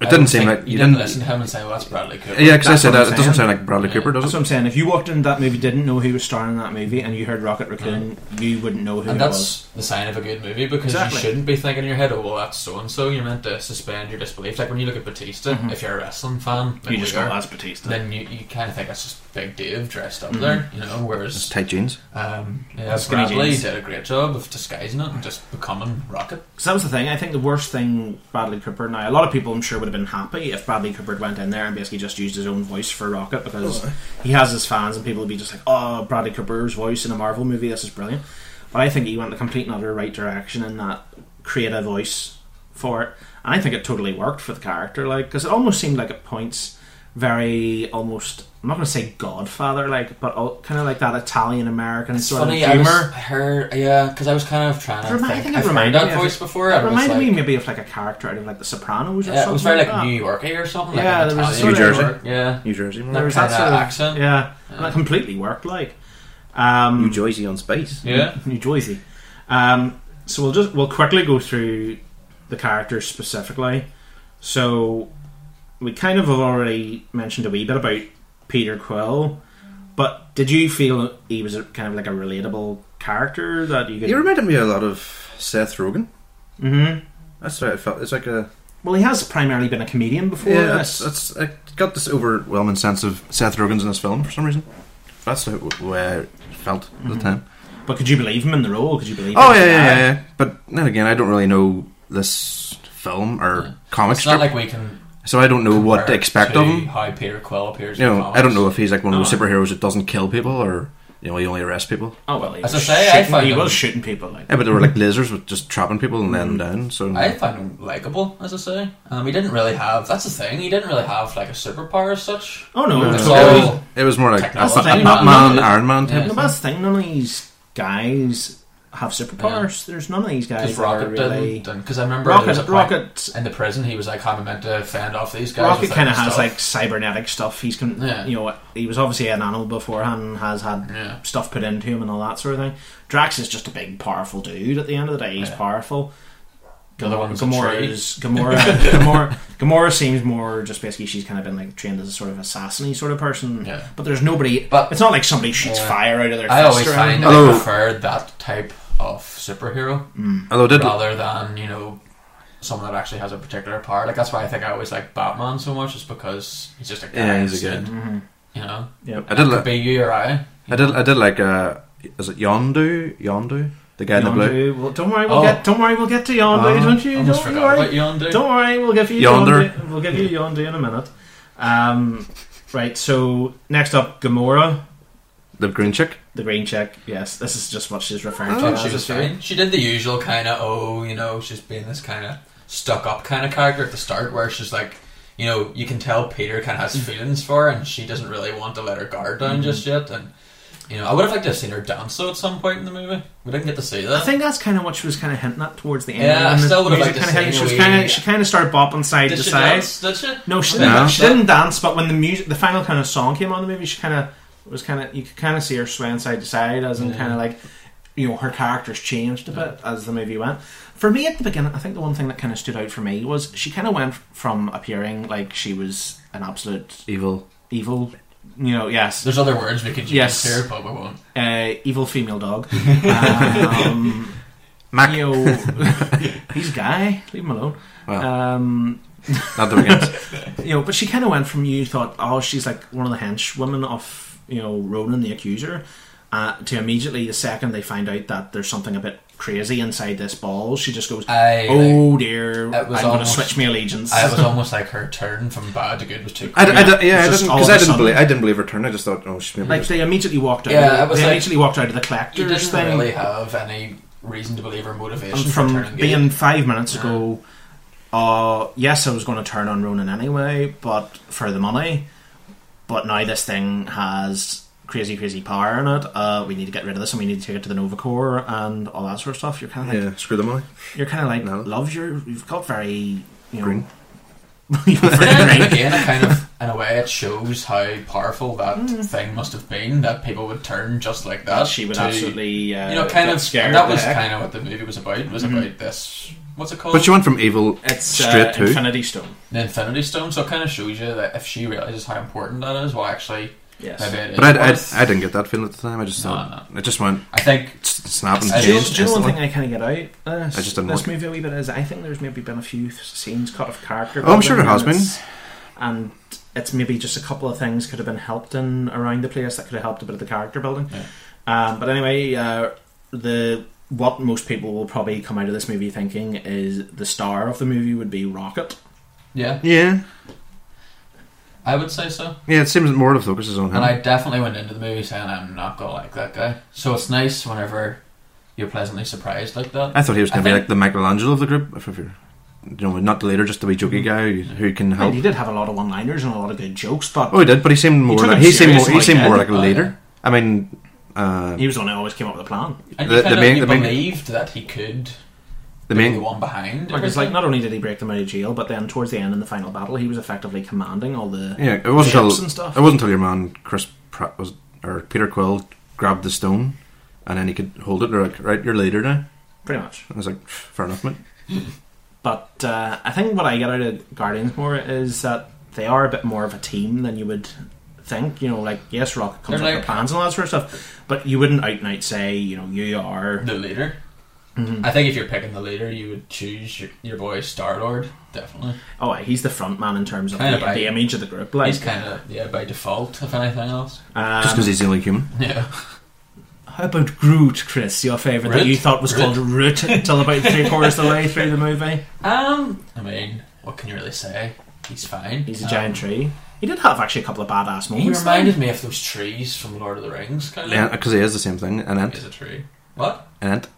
It
I
didn't
don't
seem
think
like-
you,
you
didn't,
didn't-
listen to him and say, "Well, that's Bradley Cooper."
Yeah, 'cause I
That's
said
what
that.
I'm
It doesn't
saying.
sound like Bradley Cooper, does
That's
it?
what I'm saying. If you walked into that movie, didn't know who was starring in that movie, and you heard Rocket Raccoon, you wouldn't know who
Mm. and
it
that's
was.
the sign of a good movie because
Exactly.
you shouldn't be thinking in your head, "Oh, well, that's so and so." You're meant to suspend your disbelief. Like when you look at Batista,
Mhm.
if you're a wrestling fan, like
You
we
just go, "Oh,
are,
"That's Batista."
Then you, you kind of think that's just Big Dave dressed up
Mhm.
there, you know. Whereas
Just tight jeans.
um, yeah,
Skinny
Bradley
jeans.
did a great job of disguising it and just becoming Rocket.
Because that was the thing. I think the worst thing Bradley Cooper. Now, a lot of people, I'm sure, would have been happy if Bradley Cooper went in there and basically just used his own voice for Rocket because
Oh.
he has his fans and people would be just like, "Oh, Bradley Cooper's voice in a Marvel movie. This is brilliant." But I think he went the complete and utter right direction in that create a voice for it, and I think it totally worked for the character. Like, because it almost seemed like at points very almost. I'm not going to say Godfather like, but kind of like that Italian American sort
Funny,
of
I was-
humor.
I heard, yeah, because I was kind of trying to.
Remi- I
think,
think
I've
it
heard
reminded me
that
of-
voice before.
It
I was
reminded
like,
me maybe of like a character out of like The Sopranos or
Yeah,
something.
it was very like
that.
New Yorky or something.
Yeah,
like
there
an
was a
Italian
sort of-
York, Yeah,
New Jersey.
That
There was that
kinda
sort of
accent.
Yeah, and that completely worked. Like um,
New Jersey on space.
Yeah.
New Jersey. Um, so we'll just we'll quickly go through the characters specifically. So we kind of have already mentioned a wee bit about Peter Quill, but did you feel he was a, kind of like a relatable character that you could?
He reminded me a lot of Seth Rogen.
Mm-hmm.
Mhm.
That's what I felt. It's like a
Well, he has primarily been a comedian before.
yeah.
this.
That's, that's I got this overwhelming sense of Seth Rogen's in this film for some reason. That's the way I felt at the
Mm-hmm.
Mhm.
time.
But could you believe him in the role? Could you believe?
Oh
him
yeah,
as the
yeah,
guy?
yeah, yeah. But then again, I don't really know this film or comic
It's not
strip,
like we can
so I don't know what to
compare
expect
to
of him.
How Peter Quill appears.
You
in
know,
comics.
I don't know if he's like one of those
No.
superheroes that doesn't kill people or you know he only arrests people.
Oh well, he
As I
was
say, I
shooting,
find
he
him-
was shooting people. Like
Yeah, but they were like lasers with just trapping people and laying them down. So
Mm-hmm. I find him likable, as I say. Um, he didn't really have. That's the thing. He didn't really have like a superpower as such. It was
It,
all
Oh.
was, it was more like a,
technology.
a Batman, Iron Man type.
No, but that's the thing. None of these guys have superpowers. There's none of these guys
Because
that are
Rocket
really.
didn't. Because I remember there was a
Rocket,
point in the prison. He was like, "I'm meant to fend off these guys."
Rocket
with,
kind of has
stuff."
like cybernetic stuff. He's con-
Yeah.
you know he was obviously an animal beforehand, and has had stuff put into him and all that sort of thing. Drax is just a big powerful dude. At the end of the day, he's powerful.
The other one's a
Gamora
tree.
is Gamora. Gamora. Gamora seems more just basically she's kind of been like trained as a sort of assassiny sort of person. Yeah. But there's nobody. But it's not like somebody shoots
Yeah.
fire out of their.
I
fist
always
or
find
anything.
I prefer that type of superhero,
Mm. Although did-
rather than you know someone that actually has a particular power. Like that's why I think I always like Batman so much, is because he's just a guy.
Yeah, he's a
instead,
good-
Mm-hmm.
You know,
I did
It could
like
be you or I.
I did. I did like. Uh, is it Yondu? Yondu, the guy in the blue.
Yondu, well, don't worry, we'll
Oh.
get. Don't worry, we'll get to Yondu.
Oh,
Ah,
don't you?
almost
Don't
forgot
worry.
about Yondu.
Don't worry, we'll give you
Yonder.
Yondu. We'll give you Yondu in a minute. Um, right. So next up, Gamora,
the green chick.
the green chick. Yes, this is just what she's referring
I
to.
thought
as
she
a
was
fairy.
fine. She did the usual kind of oh, you know, she's being this kind of stuck up kind of character at the start, where she's like, you know, you can tell Peter kind of
Mm.
has feelings for, her and she doesn't really want to let her guard down
Mm-hmm.
Mhm.
just yet. And you know, I would have liked to have seen her dance though at some point in the movie. We didn't get to see
I
that.
think that's kind of what she was kind of hinting at towards the end.
Yeah, I
when the
still would've
music
liked to
kinda hit-
see
She was
a
kind
wee-
of she kind of started bopping side
Did
to
she
side.
dance? Did she?
No, she
I
didn't.
think
She
that-
didn't dance. But when the music, the final kind of song came on the movie, she kind of was kind of you could kind of see her swaying side to side, as in
Yeah.
kind of like you know her character's changed a bit as the movie went. For me, at the beginning, I think the one thing that kind of stood out for me was she kind of went from appearing like she was an absolute
evil,
evil. You know, yes.
There's other words we could use
Yes.
here, but we won't.
Uh, evil female dog. um,
Mac.
you know, he's a guy. Leave him alone.
Well,
um,
not the weekends.
you know, but she kind of went from you thought, oh, she's like one of the henchwomen of you know Ronan the Accuser, uh, to immediately the second they find out that there's something a bit crazy inside this ball, she just goes,
I,
oh dear, I'm
It was
going to
almost-
switch my allegiance.
I was almost like her turn from bad to good was too.
I, d- I d-
quick.
yeah, I
Just
didn't
all
because
of
I
a
didn't
sudden.
believe I didn't believe her turn. I just thought, oh, she's maybe
like
just-
they immediately walked out.
Yeah, it was
they
like-
immediately walked out of the
You
collectors
didn't
thing.
really have any reason to believe her motivation
and
for
from
turning good.
being five minutes ago uh, yes, I was going to turn on Ronan anyway, but for the money. But now this thing has crazy, crazy power in it. Uh, we need to get rid of this, and we need to take it to the Nova Corps and all that sort of stuff. You're kind of like,
yeah, screw the money.
you're kind of like, love your, you've got very, you know,
Green.
Again, it kind of in a way it shows how powerful that thing must have been that people would turn just like that.
Hmm. She would
to-
absolutely, uh,
you know, kind
get
of
scared Mm-hmm.
That was
there.
kind of what the movie was about. It was about this. What's it called?
But she went from evil
It's,
straight
uh,
to
Infinity
Stone.
The Infinity Stone. So it kind of shows you that if she realizes how important that is, well, actually,
Yes.
maybe it is
But I, I,
worth-
I didn't get that feeling at the time. I just thought it just went.
I think
snap and
Do you,
changed.
do you know one
instantly.
thing I kind of get out? Uh,
I just didn't
this
like
movie a wee bit is I think there's maybe been a few th- scenes cut of character.
Oh, I'm sure there
building and
has
it's- and it's maybe just a couple of things could have been helped in around the place that could have helped a bit of the character building. Um, but anyway, uh, the what most people will probably come out of this movie thinking is the star of the movie would be Rocket.
Yeah.
Yeah.
I would say so.
Yeah, it seems more of the focus is on him.
And I definitely went into the movie saying I'm not gonna like that guy. So it's nice whenever you're pleasantly surprised like that.
I thought he was going to be
think-
like the Michelangelo of the group. If, if you're, you know, not the leader, just the wee jokey guy who, who can
And
help.
he did have a lot of one-liners and a lot of good jokes, but
Oh, he did, but he seemed more.
took
like,
him
he seemed
serious
more. He
like
seemed
that.
more like a
Oh,
leader. I mean, uh,
yeah. He was the one who always came up with a plan.
And you kind of you believed that he could.
The
be
main-
the one behind.
Because like not only did he break them out of jail, but then towards the end in the final battle, he was effectively commanding all the
yeah, it wasn't
ships
till
and stuff.
it wasn't till your man Chris Pratt was or Peter Quill grabbed the stone, and then he could hold it. And they're like, right, you're leader now.
Pretty much.
I was like, fair enough, mate.
But uh, I think what I get out of Guardians more is that they are a bit more of a team than you would think. You know, like yes, Rocket comes
They're
up
like-
with plans and all that sort of stuff, but you wouldn't out and out say, you know, you are
the leader.
Mhm.
I think if you're picking the leader, you would choose your, your boy Star Lord, definitely.
Oh, aye, he's the front man in terms of
Kinda
the,
by-
the image of the group. Like
He's kind of yeah by default, if anything else.
Um,
Just because he's the only human.
yeah.
How about Groot, Chris? Your favourite that
Root?
you thought was called Root until about three quarters of the way through the movie.
Um, I mean, what can you really say? He's fine.
He's a
Um,
giant tree. He did have actually a couple of badass
He
moments.
reminded me of those trees from Lord of the Rings, kind
Yeah,
of.
because he is the same thing. An ant.
He's a tree. What?
An ant.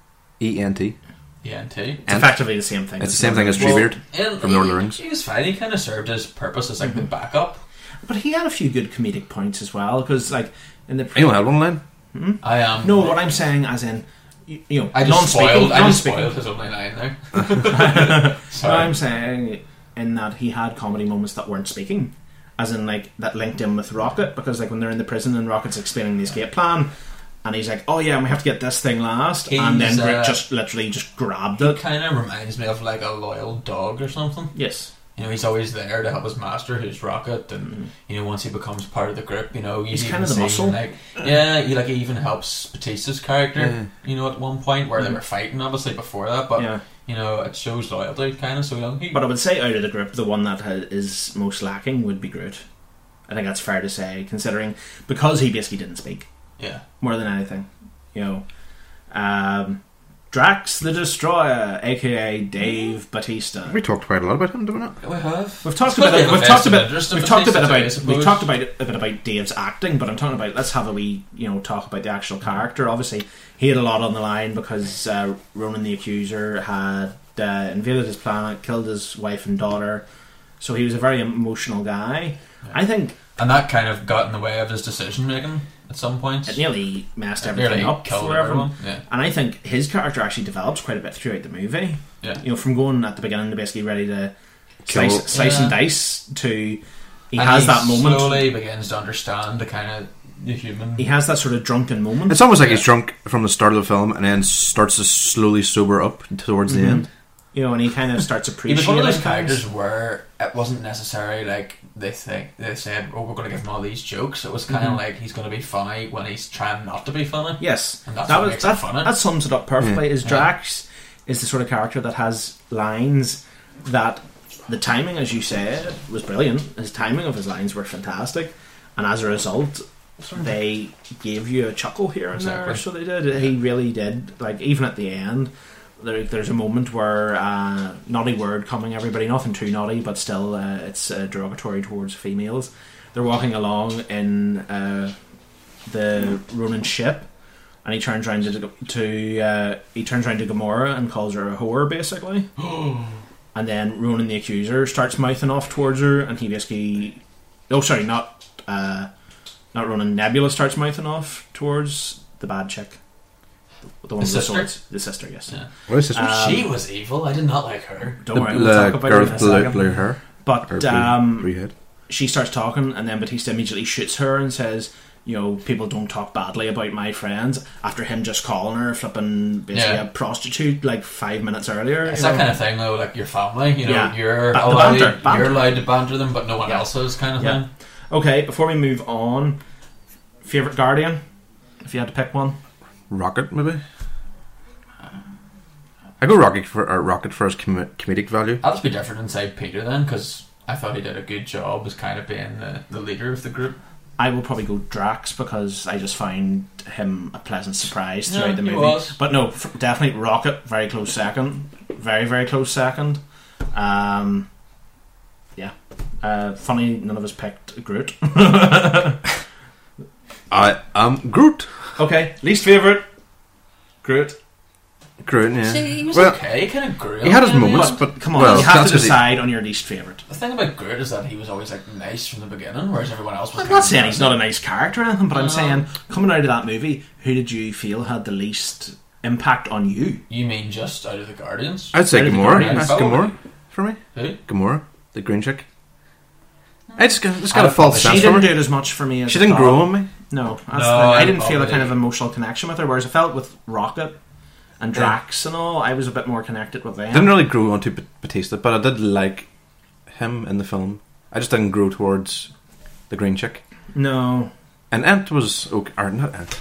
E N T.
Yeah, and T.
It's effectively the same thing It's as the same thing as Lord of the Rings. Treebeard
Well,
from Lord of the
he-
Rings.
He was fine. He kind of served his purpose as like
Mm-hmm.
the backup.
But he had a few good comedic points as well, because like in the
Anyone had one line?
Hmm?
I am.
No, what I'm saying, as in, you, you know,
I just
non-speaking,
spoiled. I just
non-speaking.
spoiled his only line there.
what
Sorry.
I'm saying, in that he had comedy moments that weren't speaking, as in like that linked in with Rocket, because like when they're in the prison and Rocket's explaining the escape plan, and he's like, "Oh yeah, and we have to get this thing last," and then
He's,
Groot
uh,
just literally just grabbed
He
it.
kind of reminds me of like a loyal dog or something.
Yes.
You know, he's always there to help his master, who's Rocket, and you know, once he becomes part of the group, you know, you
Mm-hmm. He's
even
kind of the
see,
muscle.
Like, yeah, he like he even helps Batista's character.
Yeah.
You know, at one point where they
Mhm.
were fighting, obviously before that, but
Yeah.
you know, it shows loyalty, kind of. So you know, he,
But um, I would say out of the group, the one that ha- is most lacking would be Groot. I think that's fair to say, considering because he basically didn't speak.
Yeah.
More than anything, you know, um, Drax the Destroyer, aka Dave Batista.
We talked quite a lot about him, didn't we? not?
we have
We've talked
It's
about
got a bit of
we've talked
vested
about
interest in
we've talked a bit
Batista too, I
about we've
suppose.
talked about a bit about Dave's acting, but I'm talking about let's have a wee you know talk about the actual character. Obviously, he had a lot on the line because uh, Ronan the Accuser had uh, invaded his planet, killed his wife and daughter, so he was a very emotional guy. I think
and that kind of got in the way of his decision making at some points.
it nearly messed
It
everything
nearly
up
killed
for everyone.
everyone, yeah.
And I think his character actually develops quite a bit throughout the movie.
Yeah.
You know, from going at the beginning to basically ready to
Kill-
slice, slice and
Yeah.
dice to he
And
has that moment.
Slowly begins to understand the kind of the human.
He has that sort of drunken moment.
It's almost like he's drunk from the start of the film and then starts to slowly sober up towards
Mhm.
the end.
You know, and he kind of starts
He was
appreciating
one of those
things.
characters where it wasn't necessarily like they think they said, "Oh, we're going to give him all these jokes." It was kind
Mhm.
of like he's going to be funny when he's trying not to be funny.
Yes,
and that's
that
what
was
makes
that,
it funny.
that sums it up perfectly.
Yeah.
Is Drax is the sort of character that has lines that the timing, as you said, was brilliant. His timing of his lines were fantastic, and as a result, they gave you a chuckle here and there.
Exactly.
So they did. He really did. Like even at the end. There, there's a moment where uh, naughty word coming everybody nothing too naughty but still uh, it's uh, derogatory towards females they're walking along in uh, the Ronin ship, and he turns around to to uh, he turns around to Gamora and calls her a whore, basically. and And then Ronan the Accuser starts mouthing off towards her, and he basically, oh sorry, not uh, not Ronan. Nebula starts mouthing off towards the bad chick, the, one
The
with
sister?
the swords, the sister. Yes.
Yeah.
What is this?
um,
she was evil. I did not like her.
Uh, Don't
The- uh,
worry, we'll
the
talk about
girl
it in a
with blue-
second.
blue hair. Or
But
blue-
um,
blue head.
she starts talking, and then Batista immediately shoots her and says, "You know, people don't talk badly about my friends." After him just calling her flipping basically
Yeah.
a prostitute like five minutes earlier,
It's
you
that
know?
kind of thing though, like your family. You know,
Yeah.
you're
Ba- the
allowed,
banter, banter.
you're allowed to banter them, but no one
Yeah.
else is, kind of
Yeah.
thing.
Um, Okay, before we move on, favorite Guardian, if you had to pick one.
Rocket, maybe. I go Rocket for uh, Rocket for his com- comedic value.
I'll just be different and say Peter then, because I thought he did a good job as kind of being the, the leader of the group.
I will probably go Drax because I just found him a pleasant surprise throughout
Yeah,
the
he
movie.
was.
But no, f- definitely Rocket, very close second, very very close second. Um, yeah, uh, funny none of us picked Groot.
I am Groot.
okay, least favorite Groot.
Groot, yeah.
See, he was okay, kind of grew.
He had his
up,
moments,
yeah.
but
Come on,
well,
you have
that's
to
'cause he-
decide on your least favorite.
The thing about Groot is that he was always like nice from the beginning, whereas everyone else was.
I'm
kind
not
of
saying he's not a nice character or anything, but I'm
No.
saying coming out of that movie, who did you feel had the least impact on you?
You mean just out of the Guardians?
I'd say
Out of the
Gamora.
Guardians.
That's Gamora for me.
Who?
Gamora, the green chick. I just got, just
I
got a
don't
false
know.
sense
She
from
didn't
her.
do it as much for me as
She
I
didn't grow
thought.
on me.
No, that's the thing.
No,
I
I'm
didn't feel a
probably-
kind of emotional connection with her, whereas I felt with Rocket and
Yeah.
Drax and all, I was a bit more connected with them.
Didn't really grow onto Bat- Batista, but I did like him in the film. I just didn't grow towards the green chick.
No.
And Ant was okay, or not Ant.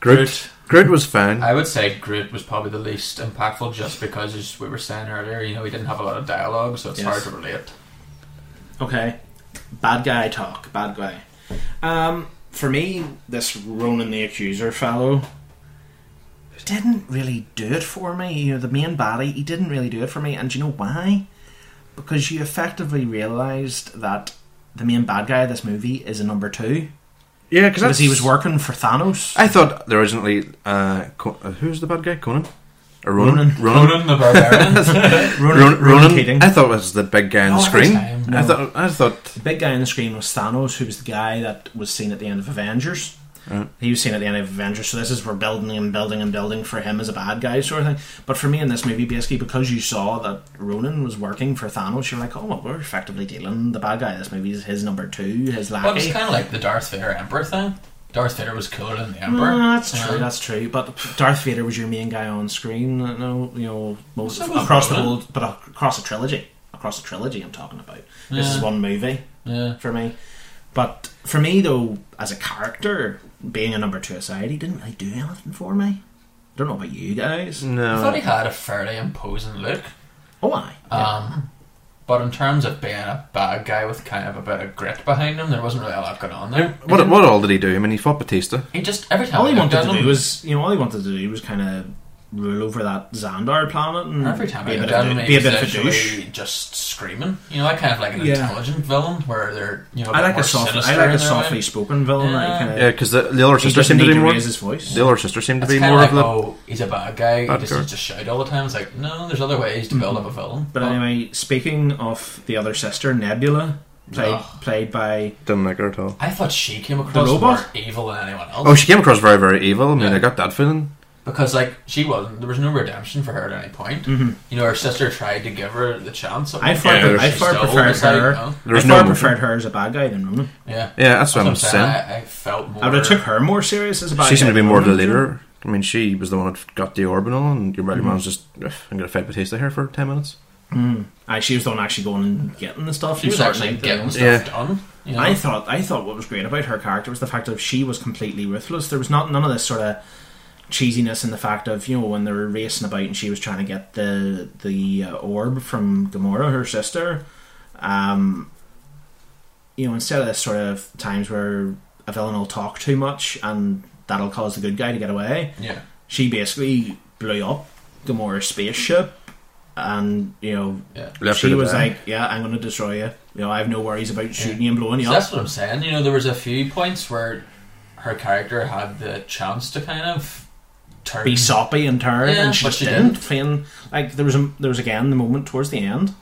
Groot. Groot was fine.
I would say Groot was probably the least impactful, just because as we were saying earlier, you know, he didn't have a lot of dialogue, so it's
Yes.
hard to relate.
Okay, bad guy talk, bad guy. Um, for me, this Ronan the Accuser fellow didn't really do it for me. You know, the main body, he didn't really do it for me, and do you know why? Because you effectively realised that the main bad guy of this movie is a number two.
Yeah,
because he was working for Thanos.
I thought originally, uh, Co- uh, who's the bad guy? Conan? Or Ronan?
Ronan.
Ronan the Barbarian. Ronan-
Ron-
Ronan
Ronan.
Keating. Oh,
I thought was the big guy on the
No,
screen.
that's him.
I
No.
thought. I thought.
The big guy on the screen was Thanos, who was the guy that was seen at the end of Avengers.
Right.
He was seen at the end of Avengers, so this is we're building and building and building for him as a bad guy sort of thing. But for me in this movie, basically because you saw that Ronan was working for Thanos, you're like, oh well, we're effectively dealing the bad guy. in This movie is his number two, his lackey.
Well, it's kind of like the Darth Vader Emperor thing. Darth Vader was cooler than the Emperor.
Mm, that's
you
true.
know?
That's true. But Darth Vader was your main guy on screen. uh, No, you know, most
So was
across the
Ronan.
whole, but across the trilogy, across the trilogy, I'm talking about. This is
Yeah.
one movie
Yeah.
for me. But for me, though, as a character, being a number two aside, he didn't really do anything for me. I don't know about you guys.
I thought he had a fairly imposing look.
Oh, I.
Um, but in terms of being a bad guy with kind of a bit of grit behind him, there wasn't really a lot going on there.
What, what all did he do? I mean, he fought Batista.
He just every time
all he
I looked
wanted
at
to
him
do was, you know, all he wanted to do was kind of rule over that Xandar planet and
every time
be
I
a bit
looked
of,
at
a
him,
dou-
he
be a
was
bit of a douche.
actually just screaming. You know, I kind of like an
Yeah.
intelligent villain where they're you know.
I
bit
like a
more
soft, I
sinister
like
in
a
their
softly
way.
spoken villain. that
Yeah.
kind of,
Yeah, because the, the older
He
sister
doesn't
seemed to
need
be
to
more.
raise his voice.
The older sister seemed to
It's
be
kinda
more
like,
of the.
oh, he's a bad guy.
Bad
he just
guy.
needs to shout all the time. It's like, no, there's other ways to build up a villain.
Mm-hmm. But anyway, speaking of the other sister, Nebula, played played by
Didn't like her at all.
I thought she came
The
across
robot?
more evil than anyone else.
Oh, she came across very, very evil. I mean, I got that feeling.
because like she wasn't. There was no redemption for her at any point.
Mhm.
You know, her sister tried to give her the chance.
I far,
Yeah,
I
she
far
still
preferred
was like,
her.
no.
I
oh. There's
far
no emotion.
preferred her as a bad guy than Ronan.
Yeah,
Yeah, that's what I'm
I, I felt more.
I would have took her more serious as a bad
She
guy
seemed to be
than
more of the
Ronan.
leader. I mean, she was the one that got the orbital, and your regular
Mhm.
man's just, "Ugh, I'm going to fight Batista here for 10 minutes.
Mm. Aye, she was the one actually going and getting the stuff.
She was
sorting
actually
out
getting
the-
stuff Yeah. done, you know?
I thought I thought what was great about her character was the fact that she was completely ruthless. There was not none of this sort of cheesiness in the fact of you know when they were racing about and she was trying to get the the uh, orb from Gamora, her sister. Um, you know, instead of this sort of times where a villain will talk too much and that'll cause the good guy to get away.
Yeah.
She basically blew up Gamora's spaceship and, you know,
Left her
she
to
was
die.
like, yeah, I'm going to destroy you. You know, I have no worries about shooting you and blowing you
So
up.
that's what I'm saying. You know, there was a few points where her character had the chance to kind of Turn.
be soppy and tired,
Mm. Yeah,
and she
but
just
she
didn't.
didn't.
Playing like there was a, there was again the moment towards the end,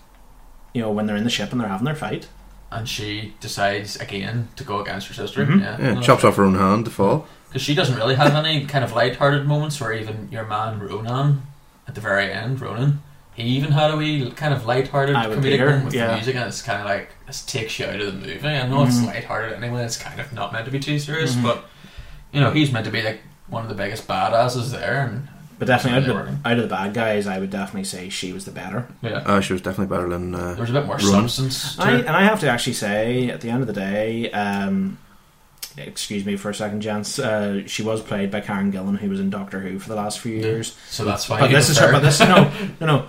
you know, when they're in the ship and they're having their fight.
and she decides again to go against her sister.
Mhm.
Yeah,
Yeah, chops off her own hand to fall.
Because she doesn't really have any kind of light-hearted moments, or even your man Ronan at the very end, Ronan. He even had a wee kind of light-hearted
I would
comedic
hear,
moment with
yeah.
the music, and it's kind of like this takes you out of the movie. I know it's
Mhm.
light-hearted anyway; it's kind of not meant to be too serious,
Mhm.
but you know he's meant to be like one of the biggest badasses there, and
But definitely
Really
out of, the, out of the bad guys, I would definitely say she was the better.
Yeah.
Uh, she was definitely better than. Uh,
There was a bit more
Ronan.
substance. to
I,
it.
and I have to actually say, at the end of the day, um, excuse me for a second, gents. Uh, she was played by Karen Gillan, who was in Doctor Who for the last few years.
So that's why
But
you
Oh, this is
prefer-
her. But this is no, no, no.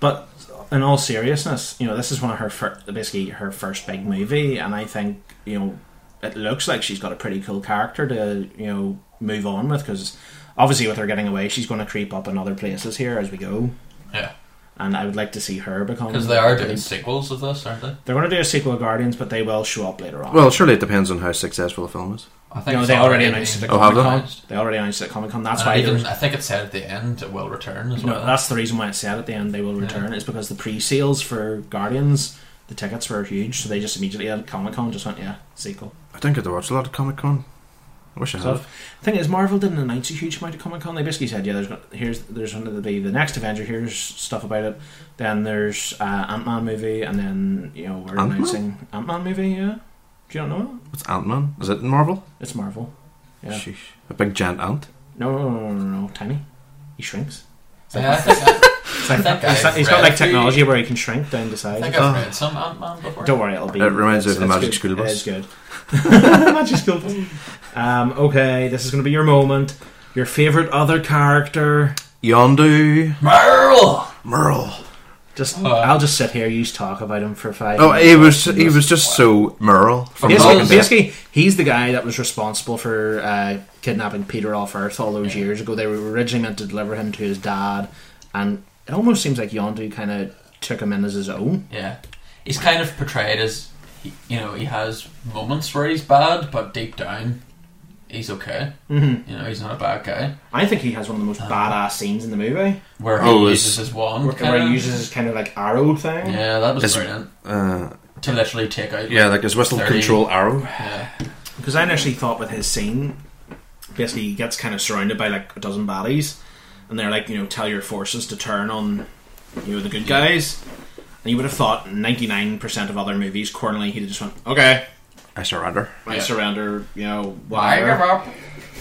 But in all seriousness, you know, this is one of her fir- basically her first big movie, and I think you know it looks like she's got a pretty cool character to you know move on with because obviously with her getting away, she's going to creep up in other places here as we go.
Yeah.
And I would like to see her become
because they are doing sequels of this, aren't they?
they're going to do a sequel of Guardians, but they will show up later on.
Well, surely it depends on how successful the film is.
I think
no,
it's
they already
already
announced it at
been- Oh, have
Comic
they?
Con. They already announced it at Comic Con. That's
And
why
even,
there's-
I think it said at the end it will return as
no,
well.
that's the reason why it said at the end they will return. Is because the pre-sales for Guardians, the tickets were huge, so they just immediately at Comic Con just went, yeah, sequel.
I don't get to watch a lot of Comic Con. I wish I
So,
had.
thing is, Marvel didn't announce a huge amount of Comic Con. They basically said, yeah, there's go- here's there's going to be the next Avenger. Here's stuff about it. Then there's uh, Ant Man movie, and then you know we're
Ant-Man?
announcing Ant Man movie. Yeah, do you not know it?
What's Ant Man? Is it in Marvel?
It's Marvel. Yeah.
Sheesh. A big giant ant.
No, no, no, no, no, tiny. He shrinks.
Yeah, I think I-
It's like-
I think
it's like-
I've
he's got
read
like
a few-
technology where he can shrink down to size.
I think I've read some um, Ant-Man before.
Don't worry, it'll be.
It reminds me of the
it's-
Magic
it's
School
good.
Bus.
It is good. Magic School Bus. Um, okay, this is going to be your moment. Your favorite other character,
Yondu.
Merle.
Merle.
Just
Uh,
I'll just sit here. You talk about him for five.
Oh, he was
minutes.
he was just so Merle from
basically,
Walking Dead.
basically, he's the guy that was responsible for uh, kidnapping Peter off Earth all those years ago. They were originally meant to deliver him to his dad, and it almost seems like Yondu kind of took him in as his own.
Yeah, he's kind of portrayed as he- you know he has moments where he's bad, but deep down he's okay.
Mhm.
You know he's not a bad guy.
I think he has one of the most
Uh-huh.
badass scenes in the movie.
Where he
Oh, it's-
uses his wand,
Where, where
kinda.
he uses his kind of like arrow thing.
yeah, that was
It's-
brilliant.
uh,
To literally take out
Yeah, like his whistle
30
control arrow.
Yeah,
Because I initially thought with his scene, basically he gets kind of surrounded by like a dozen baddies, and they're like, you know, tell your forces to turn on, you know, the good guys. And you would have thought ninety nine percent of other movies, Cornelly, he'd have just went, okay,
I surrender.
I
Yeah.
surrender, you know,
I give
whatever.
up.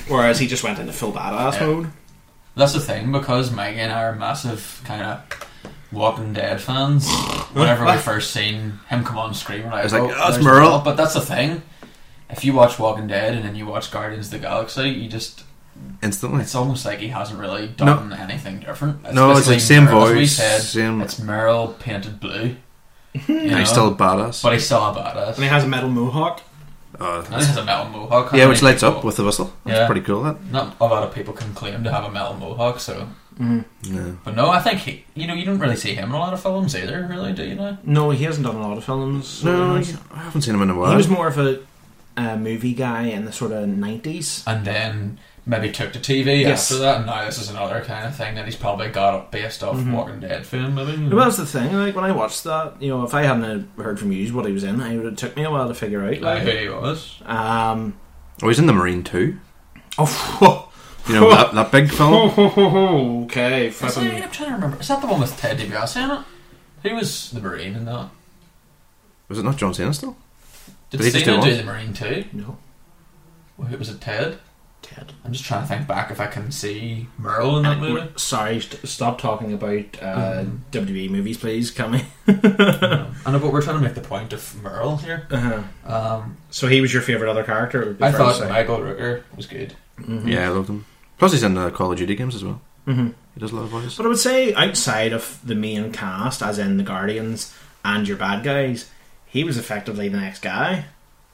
Whereas he just went into full badass
Yeah.
mode.
That's the thing because Maggie and I are massive kind of Walking Dead fans. Whenever we first seen him come on screen, we're like,
It's like,
"Oh,
"Oh, it's
there's
Merle."
But that's the thing. If you watch Walking Dead and then you watch Guardians of the Galaxy, you just
Instantly.
it's almost like he hasn't really done anything different.
No, it's
basically
like same
Merle- as we
voice,
said,
same-
It's Merle painted blue. you
And he's still a badass.
but he's still a badass.
And he has a metal mohawk.
Uh,
And he has a metal mohawk.
yeah,
How
which
many
lights up
people-
with the whistle. That's
Yeah.
pretty cool. That.
Not a lot of people can claim to have a metal mohawk, so.
Mm-hmm.
Yeah.
But no, I think he. You know, you don't really see him in a lot of films either, really, do you know?
No, he hasn't done a lot of films. so
No,
he
I
has-
haven't seen him in a while.
he was more of a, uh movie guy in the sort of nineties.
and then maybe took to TV
Yes.
after that. And now this is another kind of thing that he's probably got up based off
Mhm.
Walking Dead film, maybe.
Well, that's the thing. Like when I watched that, you know, if I hadn't heard from you what he was in, it would have took me a while to figure out.
Uh,
Like,
who he was.
Um,
Oh, he's in the Marine too.
oh,
You know that, that big film.
okay,
Is that-
flipping.
I'm trying to remember. Is that the one with Ted DiBiase in it? He was the Marine in that.
Was it not John Cena still?
Did,
Did he just
Cena
do
do
one?
the Marine too?
No,
Or who- Was it Ted?
Ted.
I'm just trying to think back if I can see Merle in that
And-
movie. Mm-hmm.
Sorry, st- stop talking about uh, WWE movies, please, Cammy.
I know, but we're trying to make the point of Merle here.
Uh-huh.
Um,
So he was your favorite other character? would be
I
fair to
thought
say.
Michael Rooker was good.
Mhm.
Yeah, I loved him. Plus, he's in the Call of Duty games as well.
Mhm.
He does a lot of voices.
But I would say outside of the main cast, as in the Guardians and your bad guys, he was effectively the next guy.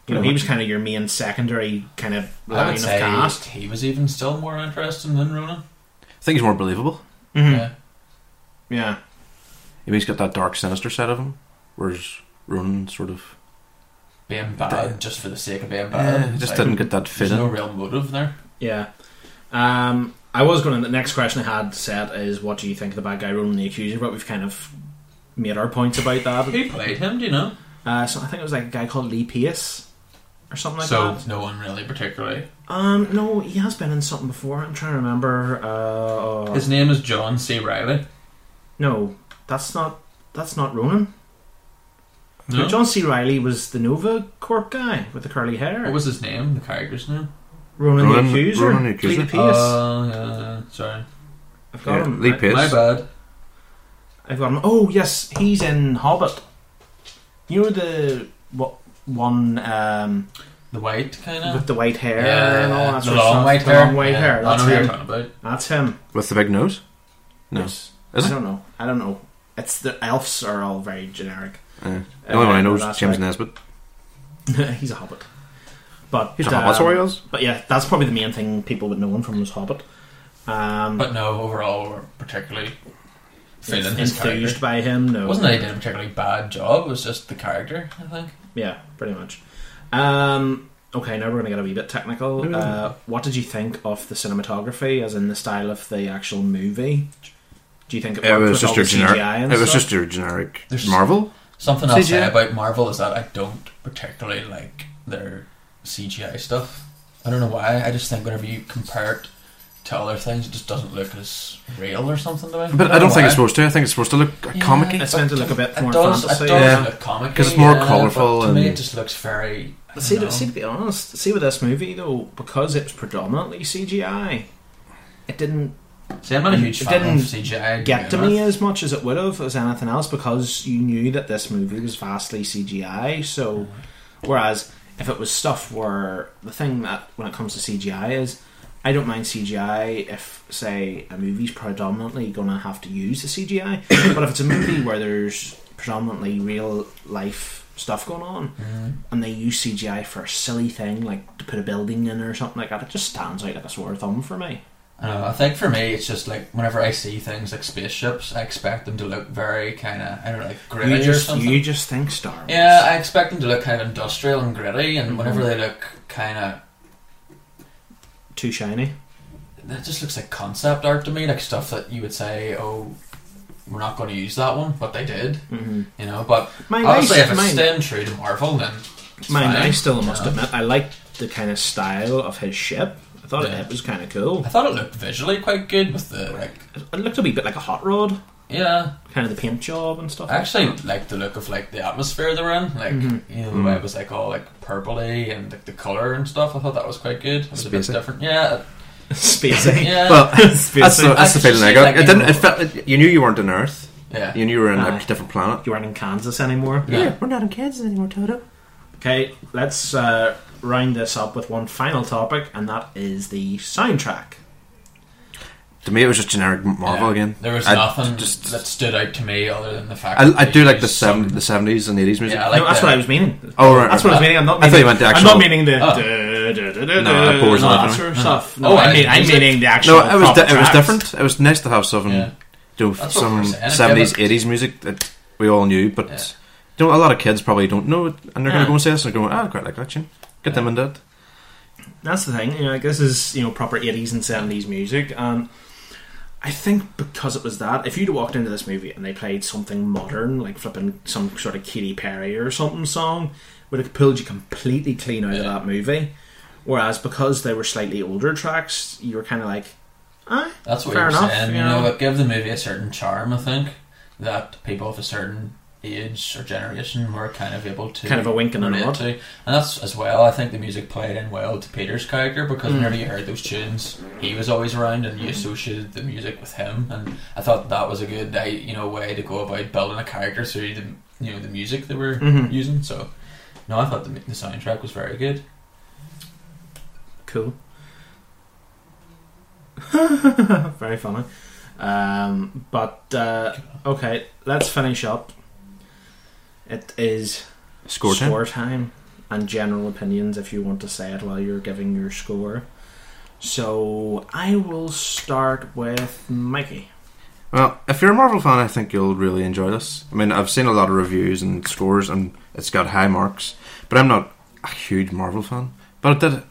You know, he was kind of your main secondary kind of
I
line
would
of
say
cast.
he was even still more interesting than Ronan.
I think he's more believable.
Mhm.
Yeah.
Yeah.
I mean, he's got that dark, sinister side of him, whereas Ronan sort of
being bad just for the sake of being
Yeah,
bad.
he
It's
just
like,
didn't get that fit
There's no
in.
real motive there.
Yeah. Um, I was going to. The next question I had set is, what do you think of the bad guy role in the accuser? But we've kind of made our points about that.
Who played him? Do you know?
Uh, so I think it was like a guy called Lee Pace or something like
so
that.
no one really particularly.
Um, no, he has been in something before. I'm trying to remember. Uh,
His name is John C. Riley.
No, that's not. That's not Ronan.
No?
John C. Riley was the Nova Corp guy with the curly hair.
What was his name? The character's name?
Ronan, the Accuser. Lee Pace.
Oh, yeah, yeah, sorry.
I've got him. I-
My bad.
I've got him. Oh yes, he's in Hobbit. You know the what one? Um,
the white kind of
with the white hair
Yeah,
and all that
the
sort
long
of stuff.
white
the
hair.
long white
Yeah,
hair.
I
That's
know who you're
him.
talking about.
That's him.
With the big nose? No. Is
I
it?
don't know. I don't know. It's the elves are all very generic.
Yeah. Uh, The only one I know is
Uh, that's right.
James Nesbitt.
he's a hobbit. But um,
He's a hobbit, sorry, Oz.
But yeah, that's probably the main thing people would know him from was Hobbit. Um,
But no, overall, we're particularly feeling
enth-
his
enthused
character.
by him. No,
Wasn't that he did a particularly bad job? It was just the character, I think.
Yeah, pretty much. Um, okay, now we're going to get a wee bit technical.
Yeah.
Uh, what did you think of the cinematography, as in the style of the actual movie? Do you think it,
It
worked
was
with
just
all
your
the
generic.
CGI and
It was
stuff?
just your generic
There's
Marvel.
Something I'll say
CGI?
about Marvel is that I don't particularly like their CGI stuff. I don't know why. I just think whenever you compare it to other things, it just doesn't look as real or something to me.
But I don't
know
think
why.
it's supposed to. I think it's supposed to look
Yeah,
comic.
it
It's meant to look a bit
it
more
does,
fantasy.
It does
Yeah.
look comic
'Cause it's more colourful
To me,
and-
it just looks very. I
See,
don't
to, see, to be honest, see with this movie though, because it's predominantly CGI, it didn't.
See, I'm not a huge
it
fan
didn't
of CGI to
Get to
begin
me as much as it would have as anything else because you knew that this movie was vastly CGI. So, whereas if it was stuff where the thing that when it comes to CGI is, I don't mind CGI if say a movie's predominantly going to have to use the CGI, but if it's a movie where there's predominantly real life stuff going on
Mm-hmm.
and they use CGI for a silly thing like to put a building in or something like that, it just stands out like a sore thumb for me.
I don't know. Uh, I think for me, it's just like whenever I see things like spaceships, I expect them to look very kind of I don't know, like
You
gritty or
just,
something.
you just think Star Wars.
Yeah, I expect them to look kind of industrial and gritty, and whenever
Mhm.
they look kind of
Too shiny.
that just looks like concept art to me, like stuff that you would say, oh, we're not going to use that one, but they did,
Mhm.
you know. But
Mine-
obviously,
I-
if it's
mine-
staying true to Marvel, then it's
Mind,
fine,
I still
you
must
know.
admit, I liked the kind of style of his ship. I thought
Yeah.
it was kind of cool.
I thought it looked visually quite good with the like.
It looked a wee bit like a hot rod.
Yeah,
kind of the paint job and stuff.
I actually liked the look of like the atmosphere they were in, like
Mhm.
you know the
Mm.
way it was like all like purpley and like the color and stuff. I thought that was quite good. It was a
Spacey.
bit different. Yeah, uh,
spacey.
Yeah,
Well, that's the, that's the
just
feeling I
see,
got.
like,
It
you
didn't.
know,
It felt. It, you knew you weren't on Earth.
Yeah.
You knew you were in like,
Aye.
a different planet.
You aren't in Kansas anymore.
Yeah.
we're not in Kansas anymore, Toto. Okay, let's uh, round this up with one final topic, and that is the soundtrack.
To me, it was just generic Marvel
yeah.
again.
There was
I,
nothing that stood out to me other than the fact.
I,
that
I
they
do like the
used
seven, the seventies and eighties music.
Yeah, I like No, that's the- what I was
meaning.
Oh right,
That's
right.
what I was meaning. I'm not.
I
Meaning,
thought you meant the
I'm
actual.
not meaning the.
Oh. No, that bores
no,
me,
that
doesn't
sort of
it?
stuff.
Oh,
No, I mean, I'm meaning the actual.
No, it was
proper
di- it was
tracks.
different. It was nice to have some, you know,
That's what
some
we're saying,
seventies,
yeah,
eighties music that we all knew, but you know, a lot of kids probably don't know it, and they're going
Yeah.
to go and say this and they're going, "Ah, I quite like that tune." Get them in that.
That's the thing. You know, like this is you know proper eighties and seventies music, and I think because it was that, if you'd walked into this movie and they played something modern, like flipping some sort of Katy Perry or something song, would have pulled you completely clean out of that movie. Whereas because they were slightly older tracks, you were kind of like, ah,
That's what
fair
you're
enough.
saying.
you
You know, it gave the movie a certain charm. I think that people of a certain age or generation were kind of able to
Kind of a wink and a
relate
nod.
to. and that's as well. I think the music played in well to Peter's character because
Mm.
whenever you heard those tunes, he was always around
Hmm.
and you associated the music with him. And I thought that was a good, I- you know, way to go about building a character through the you know the music they were
Mhm.
using. So, no, I thought the, the soundtrack was very good.
Cool. Very funny. Um, but uh, okay, let's finish up. It is
Score time?
time and general opinions if you want to say it while you're giving your score. So I will start with Mikey.
Well, if you're a Marvel fan, I think you'll really enjoy this. I mean, I've seen a lot of reviews and scores, and it's got high marks. But I'm not a huge Marvel fan. But it did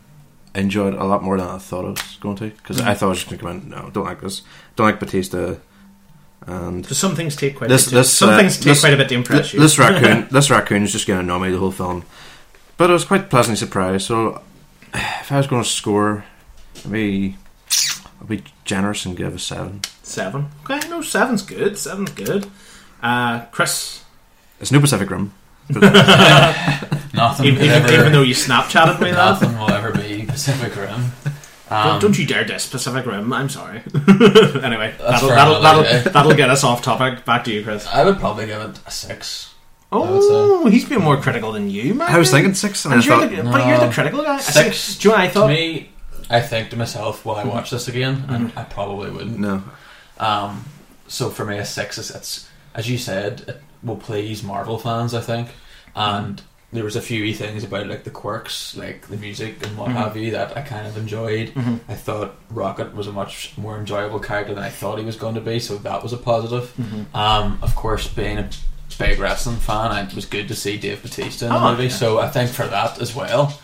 enjoyed a lot more than I thought I was going to because
Mm.
I thought I was just going to come in. No, don't like this. Don't like Batista. And
So some things take quite a
this,
bit to-
this,
some
uh,
things take
this-
quite a bit to impress you.
This raccoon, this raccoon is just going to annoy me the whole film. But I was quite pleasantly surprised. So if I was going to score, maybe I'll be generous and give a seven.
Seven. Okay, no, seven's good. Seven's good. Uh, Chris.
It's no Pacific Rim.
Nothing
Even,
could
even,
ever-
even though you Snapchatted me that.
Nothing will ever be Pacific Rim.
don't,
Um,
don't you dare diss Pacific Rim. I'm sorry. anyway,
That's
that'll
for
that'll, that'll,
another day.
that'll get us off topic. Back to you, Chris.
I would probably give it a six.
Oh, he's been more critical than you, man.
I was thinking six, and I
you're
thought-
the, but you're
No.
the critical guy. I think-
Six.
do you know what I thought? Mm-hmm.
To me, I think to myself, will I watch this again? And I probably wouldn't.
No.
Um, so for me, a six is it's as you said, it will please Marvel fans, I think. And
Mm-hmm.
there was a few things about like the quirks, like the music and what
Mhm.
have you, that I kind of enjoyed.
Mhm.
I thought Rocket was a much more enjoyable character than I thought he was going to be, so that was a positive.
Mhm.
Um, of course, being a big wrestling fan, I- it was good to see Dave Batista in the
Oh,
movie.
yeah.
So I think for that as well,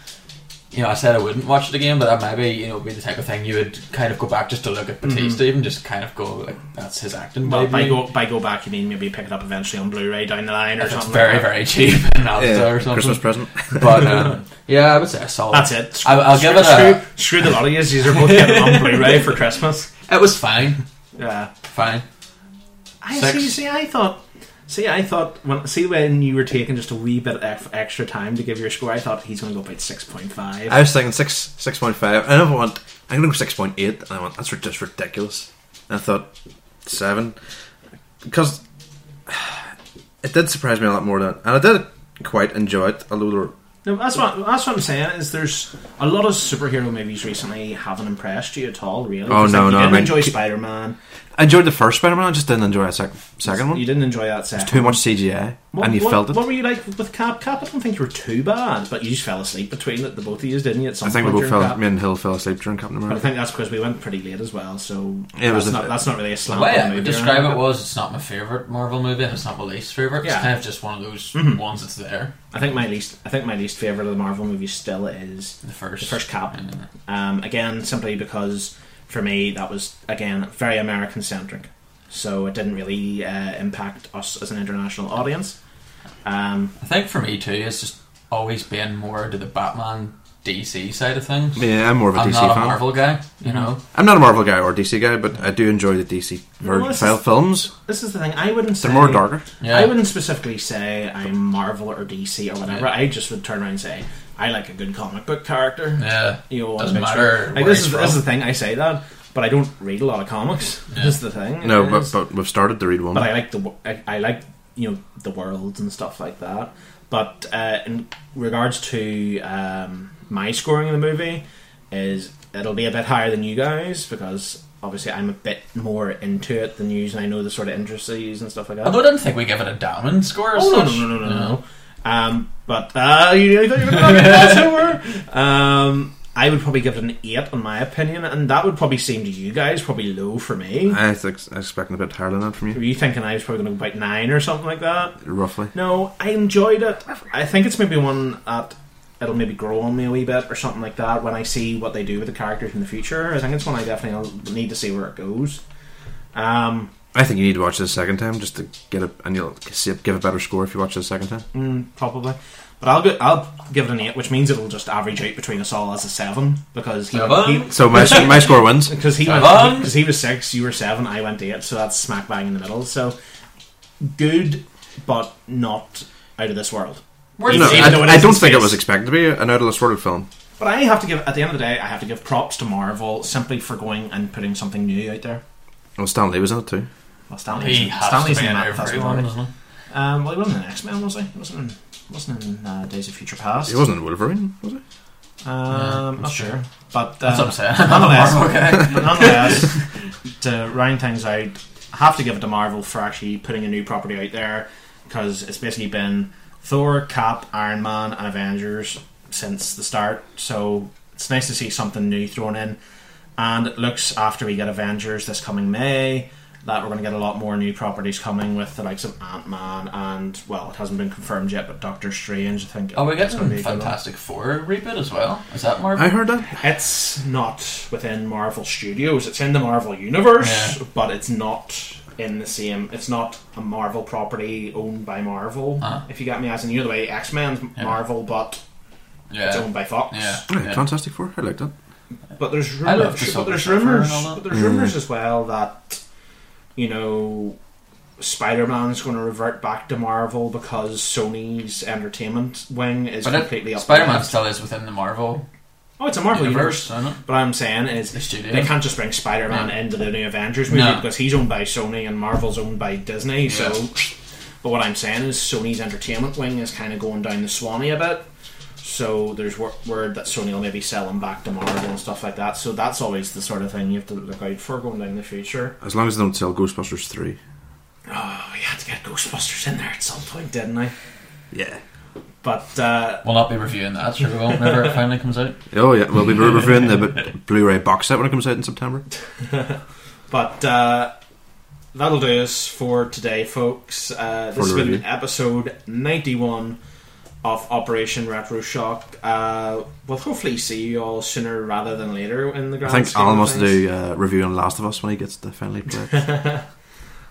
you know, I said I wouldn't watch it again, but that maybe you know would be the type of thing you would kind of go back just to look at Batista,
Mhm.
even just kind of go like that's his acting.
Well,
debut.
by go by go back, you mean maybe pick it up eventually on Blu-ray down the line or
If it's
something.
very
like that.
very cheap in Asda
Uh,
or something. but um, yeah, I would say a solid.
That's it.
I, I'll
Screw-
give it a
screw, screw the lot of yous. These are both getting on Blu-ray for Christmas.
It was fine.
Yeah,
fine.
I
Six.
see. See, I thought. See, I thought when see when you were taking just a wee bit of eff- extra time to give your score, I thought he's going to go about six point five.
I was thinking six six point five. I never went. I'm gonna go six point eight, and I went. That's ri- just ridiculous. And I thought seven because it did surprise me a lot more than, and I did quite enjoy it. Although there were,
No, that's what that's what I'm saying. Is there's a lot of superhero movies recently haven't impressed you at all, really?
Oh,
'Cause,
no,
like, you
no, I
Didn't
mean-
enjoy Spider Man.
I enjoyed the first Spider Man. I just didn't enjoy the sec- second one.
You didn't enjoy that
There's
second.
too much CGI,
What,
and you
what,
felt it.
What were you like with Cap? Cap, I don't think you were too bad, but you just fell asleep between it, the both of you, didn't you? At some
I think we
point
both
during
fell.
Cap?
Me and Hill fell asleep during Captain
But I
America.
think that's because we went pretty late as well, so
Yeah, it was
that's,
a-
not, that's not really a slam.
The way
dunk
I
movie
would
or
describe
anything.
it was it's not my favourite Marvel movie and it's not my least favourite. It's
Yeah. Mm-hmm.
kind of just one of those ones that's there.
I think my least, I think my least favorite of the Marvel movies still is the
first,
Cap. Um, again, simply because for me that was again very American centric, so it didn't really uh, impact us as an international audience. Um,
I think for me too, it's just always been more to the Batman DC side of things.
Yeah, I'm more of a
I'm
DC
not
fan.
a Marvel guy,
Mm-hmm.
you know.
I'm not a Marvel guy or DC guy, but I do enjoy the DC ver-
Well, this
fil-
is-
films.
This is the thing. I wouldn't. Say,
They're more darker.
Yeah.
I wouldn't specifically say I'm Marvel or DC or whatever.
Yeah.
I just would turn around and say I like a good comic book character.
Yeah.
you know,
Doesn't
doesn't
matter
Like,
where
this
he's
is
from.
this is the thing. I say that, but I don't read a lot of comics.
Yeah.
Is the thing.
No,
It
but,
is. Oh,
but we've started to read one.
But I like the wo- I, I like you know the worlds and stuff like that. But uh, in regards to um, my scoring of the movie, is it'll be a bit higher than you guys because obviously I'm a bit more into it than you, and I know the sort of intricacies and stuff like that.
Although I don't think we give it a diamond score. as
Oh, no,
such.
no, no, no, no, no. Um, but uh, you really thought you were going to that over. Um, I would probably give it an eight, in my opinion, and that would probably seem to you guys probably low for me.
I was ex- expecting a bit higher than that from
Were
you,
you thinking I was probably going to go about nine or something like that?
roughly.
No, I enjoyed it. I think it's maybe one that it'll maybe grow on me a wee bit or something like that when I see what they do with the characters in the future. I think it's one I definitely will need to see where it goes. Um,
I think you need to watch this a second time just to get it, and you'll see, give a better score if you watch it a second time.
Mm, probably. But I'll go, I'll give it an eight, which means it'll just average out between us all as a seven because he,
Seven.
he
So my- my score wins.
because he went
Seven.
because he was six, you were seven, I went eight, so that's smack bang in the middle. So good, but not out of this world.
No,
Even- even though
I, I
is in
don't think it
space.
was expected to be an out of this world film.
But I have to give at the end of the day, I have to give props to Marvel simply for going and putting something new out there.
Well, Stan Lee was in it too.
Well, Stanley's
He
in,
has
Stanley's
to be
in
in
that. that's
everyone,
right.
doesn't
Um, well, he wasn't in X Men, was he? He wasn't in, wasn't in uh, Days of Future Past.
He wasn't in Wolverine.
Um,
Yeah,
not
that's
sure.
true.
But uh,
That's what I'm saying.
nonetheless,
Marvel guy.
but nonetheless, to round things out, I have to give it to Marvel for actually putting a new property out there because it's basically been Thor, Cap, Iron Man, and Avengers since the start. So it's nice to see something new thrown in. And it looks after we get Avengers this coming May, that we're going to get a lot more new properties coming with the likes of Ant Man and well, it hasn't been confirmed yet, but Doctor Strange. I think.
Are Oh, we
it's gonna
getting
be a good one.
Fantastic Four reboot as well? Is that Marvel?
that.
It's not within Marvel Studios. It's in the Marvel Universe, but it's not in the same. It's not a Marvel property owned by Marvel.
Uh-huh.
If you got me, as in you know the way X Men's Marvel, but it's
Yeah.
owned by Fox.
Yeah.
Alright, Fantastic Four. I like that.
But there's
I love
rumors.
the
But
Silver
there's
Surfer and
rumors.
all that.
But there's
Mm.
rumors as well that you know Spider Man's going to revert back to Marvel because Sony's entertainment wing is
But it-
completely up.
Spider-Man still is within the Marvel.
Oh, it's a Marvel universe.
I know.
But what I'm saying is
studio.
they can't just bring Spider Man
No.
into the new Avengers movie
No.
because he's owned by Sony and Marvel's owned by Disney. So,
Yeah.
but what I'm saying is Sony's entertainment wing is kind of going down the Swanee a bit. So there's wor- word that Sony will maybe sell him back to Marvel and stuff like that. So that's always the sort of thing you have to look out for going down the future.
As long as they don't sell Ghostbusters three.
Oh, you had to get Ghostbusters in there at some point, didn't I?
Yeah.
But uh,
We'll not be reviewing that. Sure, we won't. Whenever it finally comes out.
Oh yeah, we'll be reviewing the b- Blu-ray box set when it comes out in September.
But uh, that'll do us for today, folks. Uh,
For
this has
the
been
review.
episode 91 of Operation Retro Shock. Uh, we'll hopefully see you all sooner rather than later in the
I
grand
think
scheme of
Alan wants to
things.
do uh, review on Last of Us when he gets to finally play. it.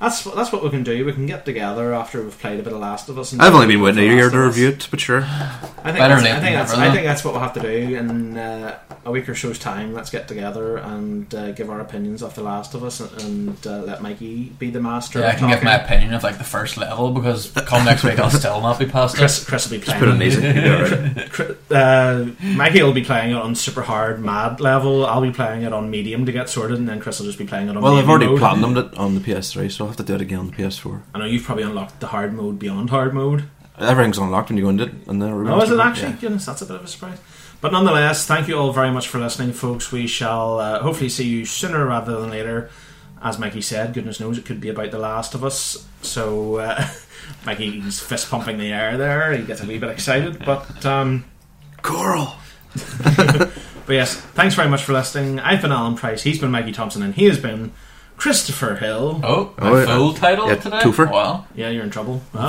That's what- that's what we can do. We can get together after we've played a bit of Last of Us. and
I've
do
only been waiting a
for
year
Last
to
of Us.
review it, but sure.
I think
Better
that's,
late
I
than
think that's
never,
I
though.
think that's what we'll have to do in uh, a week or so's time. Let's get together and uh, give our opinions of the Last of Us and, and uh, let Mikey be the master.
Yeah,
of
I can give
talking.
my opinion of like the first level because come next week I'll still not be past
Chris,
it.
Chris will be
Just
playing.
put it on easy. You'll be alright.
Cri- uh, Maggie will be playing it on super hard, mad level. I'll be playing it on medium to get sorted, and then Chris will just be playing it on.
Well, I've
medium
already
mode.
platinumed it on the PS3, so I'll have to do it again on the PS4.
I know you've probably unlocked the hard mode beyond hard mode.
Everything's unlocked when you go into it, and then
Oh, is it actually? Goodness, that's a bit of a surprise. But nonetheless, thank you all very much for listening, folks. We shall uh, hopefully see you sooner rather than later. As Mikey said, goodness knows it could be about The Last of Us. So uh, Mikey's fist pumping the air there. He gets a wee bit excited, but um,
Coral.
But yes, thanks very much for listening. I've been Alan Price. He's been Mikey Thompson, and he has been Christopher Hill.
Oh, my
Oh, yeah.
full title
Yeah,
today.
twofer.
Wow.
Yeah, you're in trouble.
Flip.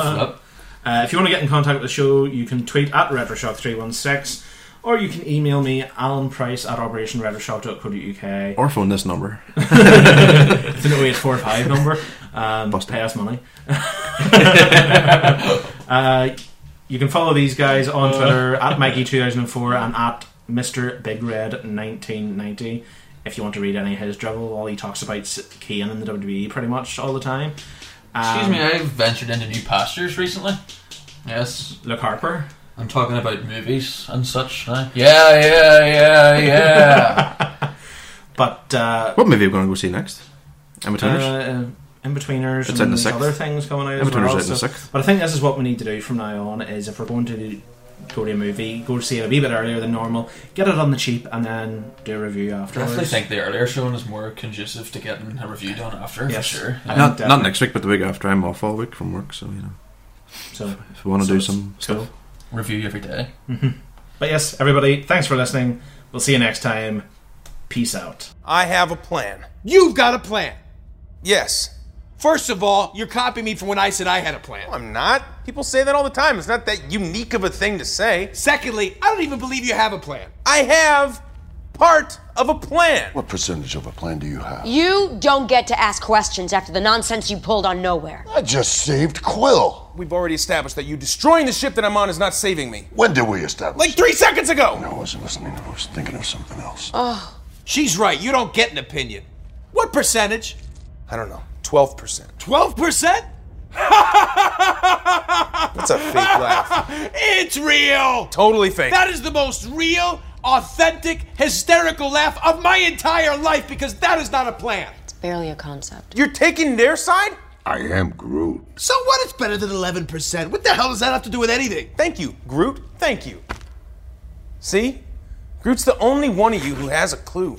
Uh, if you want to get in contact with the show, you can tweet at RetroShock316 or you can email me, alanprice at operationretroshock.co.uk.
Or phone this number.
It's an 0845 number. Um, pay us money. uh, you can follow these guys
Uh.
on Twitter at Mikey2004 and at Mr. Big Red 1990 if you want to read any of his drivel. All he talks about is Kane and the WWE pretty much all the time.
Excuse
Um,
me, I've ventured into new pastures recently. Yes,
Luke Harper.
I'm talking about movies and such. now. Yeah, yeah, yeah, yeah.
But uh,
What movie are we going to go see next? Emma Turner's?
uh, in betweeners
It's out in
and
the sixth.
other things going out. as
Everton's
well,
out in the
so-
sixth.
But I think this is what we need to do from now on: is if we're going to go to a movie, go to see it a wee bit earlier than normal, get it on the cheap, and then do a review
I definitely
afterwards.
think the earlier showing is more conducive to getting a review done after,
Yes.
for sure.
I think
not, not
definitely.
next week, but the week after. I'm off all week from work, so you know.
So,
If we want to
So
do
it's
some
cool.
stuff.
Review every day.
but yes, everybody, thanks for listening. We'll see you next time. Peace out.
I have a plan. You've got a plan. Yes. First of all, you're copying me from when I said I had a plan. I'm not. People say that all the time. It's not that unique of a thing to say. Secondly, I don't even believe you have a plan. I have part of a plan.
What percentage of a plan do you have?
You don't get to ask questions after the nonsense you pulled on nowhere.
I just saved Quill.
We've already established that you destroying the ship that I'm on is not saving me.
When did we establish?
Like three seconds ago!
I wasn't listening. I was thinking of something else.
Oh. She's right. You don't get an opinion. What percentage? I don't know. 12%. 12%? That's a fake laugh. it's real. Totally fake. That is the most real, authentic, hysterical laugh of my entire life because that is not a plan.
It's barely a concept.
You're taking their side?
I am Groot.
So what? It's better than 11%. What the hell does that have to do with anything? Thank you, Groot. Thank you. See? Groot's the only one of you who has a clue.